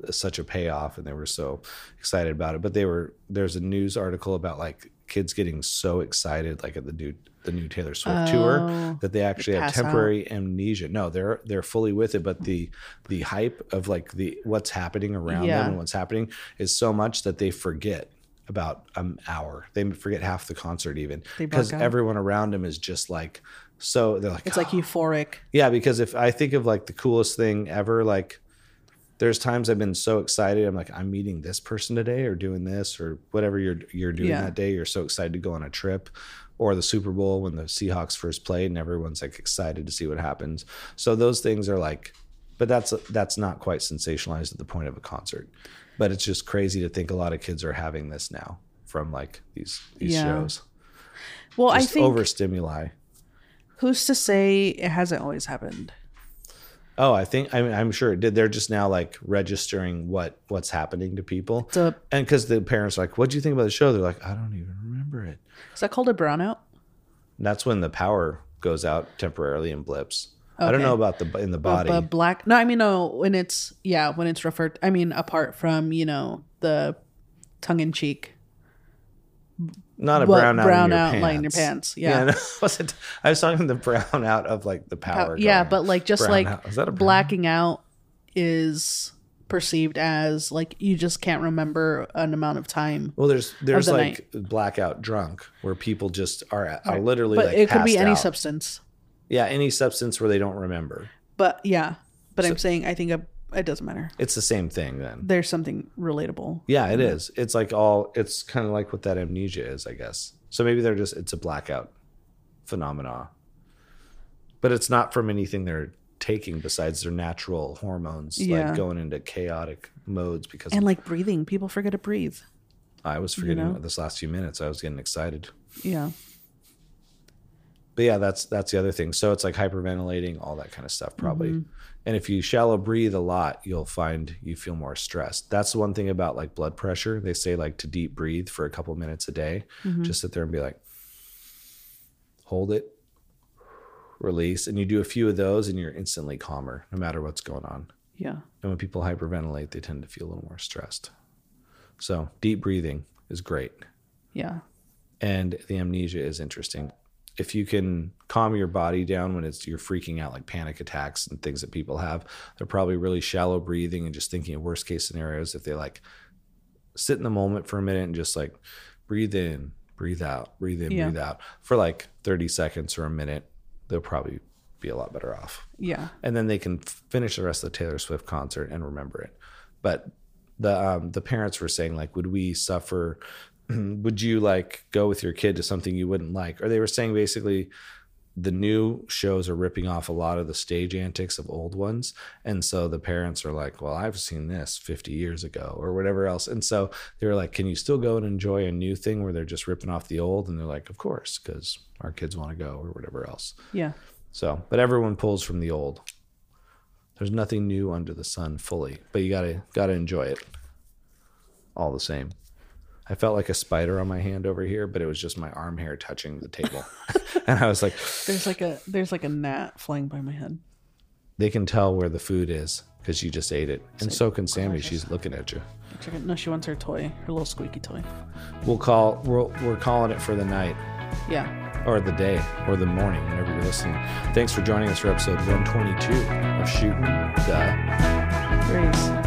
[SPEAKER 1] such a payoff and they were so excited about it but they were there's a news article about like kids getting so excited like at the new the new Taylor Swift tour
[SPEAKER 2] Oh.
[SPEAKER 1] that they actually have
[SPEAKER 2] pass out.
[SPEAKER 1] temporary amnesia. No, they're they're fully with it, but the the hype of like the what's happening around
[SPEAKER 2] Yeah.
[SPEAKER 1] them and what's happening is so much that they forget about an hour. They forget half the concert even
[SPEAKER 2] They
[SPEAKER 1] because
[SPEAKER 2] bug out.
[SPEAKER 1] everyone around them is just like so they're like
[SPEAKER 2] It's like euphoric.
[SPEAKER 1] yeah, because if I think of like the coolest thing ever, like there's times I've been so excited. I'm like, I'm meeting this person today or doing this or whatever you're you're doing
[SPEAKER 2] Yeah.
[SPEAKER 1] that day. You're so excited to go on a trip or the Super Bowl when the Seahawks first played and everyone's like excited to see what happens. So those things are like but that's that's not quite sensationalized at the point of a concert. But it's just crazy to think a lot of kids are having this now from like these these
[SPEAKER 2] Yeah.
[SPEAKER 1] shows.
[SPEAKER 2] Well, I
[SPEAKER 1] Just
[SPEAKER 2] think
[SPEAKER 1] overstimuli.
[SPEAKER 2] who's to say it hasn't always happened?
[SPEAKER 1] Oh, I think I mean, I'm sure it did. They're just now like registering what what's happening to people,
[SPEAKER 2] It's a
[SPEAKER 1] and because the parents are like, "What do you think about the show?" They're like, "I don't even remember it."
[SPEAKER 2] is that called a brownout?
[SPEAKER 1] And that's when the power goes out temporarily and blips. I don't
[SPEAKER 2] Okay.
[SPEAKER 1] know about the in the body.
[SPEAKER 2] A black. No, I mean no. When it's yeah, when it's referred. I mean apart from you know the tongue in cheek.
[SPEAKER 1] Not a
[SPEAKER 2] Well,
[SPEAKER 1] brown out,
[SPEAKER 2] brown
[SPEAKER 1] in your
[SPEAKER 2] out,
[SPEAKER 1] pants.
[SPEAKER 2] lying in your pants, yeah.
[SPEAKER 1] no, was it? I was talking the brown out of like the power.
[SPEAKER 2] yeah,
[SPEAKER 1] going.
[SPEAKER 2] but like just
[SPEAKER 1] Brown
[SPEAKER 2] like
[SPEAKER 1] out. Is that a brown
[SPEAKER 2] blacking out is perceived as like you just can't remember an amount of time.
[SPEAKER 1] Well, there's there's
[SPEAKER 2] the
[SPEAKER 1] like blackout drunk where people just are are literally
[SPEAKER 2] But
[SPEAKER 1] like
[SPEAKER 2] it could be
[SPEAKER 1] passed
[SPEAKER 2] any
[SPEAKER 1] out.
[SPEAKER 2] substance.
[SPEAKER 1] yeah any substance where they don't remember.
[SPEAKER 2] But yeah, but I'm saying I think a, it doesn't matter.
[SPEAKER 1] It's the same thing then.
[SPEAKER 2] There's something relatable.
[SPEAKER 1] Yeah, it is. It's like all. It's kind of like what that amnesia is, I guess. So maybe they're just it's a blackout phenomena, but it's not from anything they're taking besides their natural hormones,
[SPEAKER 2] Yeah.
[SPEAKER 1] like going into chaotic modes. Because
[SPEAKER 2] And like breathing, people forget to breathe.
[SPEAKER 1] I was forgetting
[SPEAKER 2] know?
[SPEAKER 1] this last few minutes, I was getting excited.
[SPEAKER 2] Yeah.
[SPEAKER 1] But yeah, that's that's the other thing. So it's like hyperventilating, all that kind of stuff, probably. And if you shallow breathe a lot, you'll find you feel more stressed. That's the one thing about like blood pressure. They say like to deep breathe for a couple minutes a day. Just sit there and be like, hold it, release, and you do a few of those, and you're instantly calmer, no matter what's going on.
[SPEAKER 2] Yeah.
[SPEAKER 1] And when people hyperventilate, they tend to feel a little more stressed. So deep breathing is great
[SPEAKER 2] Yeah.
[SPEAKER 1] and the amnesia is interesting. If you can calm your body down when it's you're freaking out, like panic attacks and things that people have, they're probably really shallow breathing and just thinking of worst case scenarios. If they like sit in the moment for a minute and just like breathe in, breathe out, breathe in,
[SPEAKER 2] Yeah.
[SPEAKER 1] breathe out for like 30 seconds or a minute, they'll probably be a lot better off
[SPEAKER 2] Yeah.
[SPEAKER 1] and then they can f- finish the rest of the Taylor Swift concert and remember it. But the um, the parents were saying like, would we suffer? would you like go with your kid to something you wouldn't like? Or they were saying basically the new shows are ripping off a lot of the stage antics of old ones and so the parents are like well i've seen this 50 years ago or whatever else and so they were like can you still go and enjoy a new thing where they're just ripping off the old and they're like of course because our kids want to go or whatever else
[SPEAKER 2] Yeah.
[SPEAKER 1] so, but everyone pulls from the old. There's nothing new under the sun fully, but you gotta gotta enjoy it. All the same, I felt like a spider on my hand over here, but it was just my arm hair touching the table, and I was like,
[SPEAKER 2] There's like a there's like a gnat flying by my head.
[SPEAKER 1] "They can tell where the food is because you just ate it, and so can Sammy. She's looking at you."
[SPEAKER 2] Check it. No, she wants her toy, her little squeaky toy.
[SPEAKER 1] We'll call. We're we're calling it for the night.
[SPEAKER 2] Yeah.
[SPEAKER 1] or the day or the morning, whenever you're listening. Thanks for joining us for episode 122 of Shooting the
[SPEAKER 2] There it is.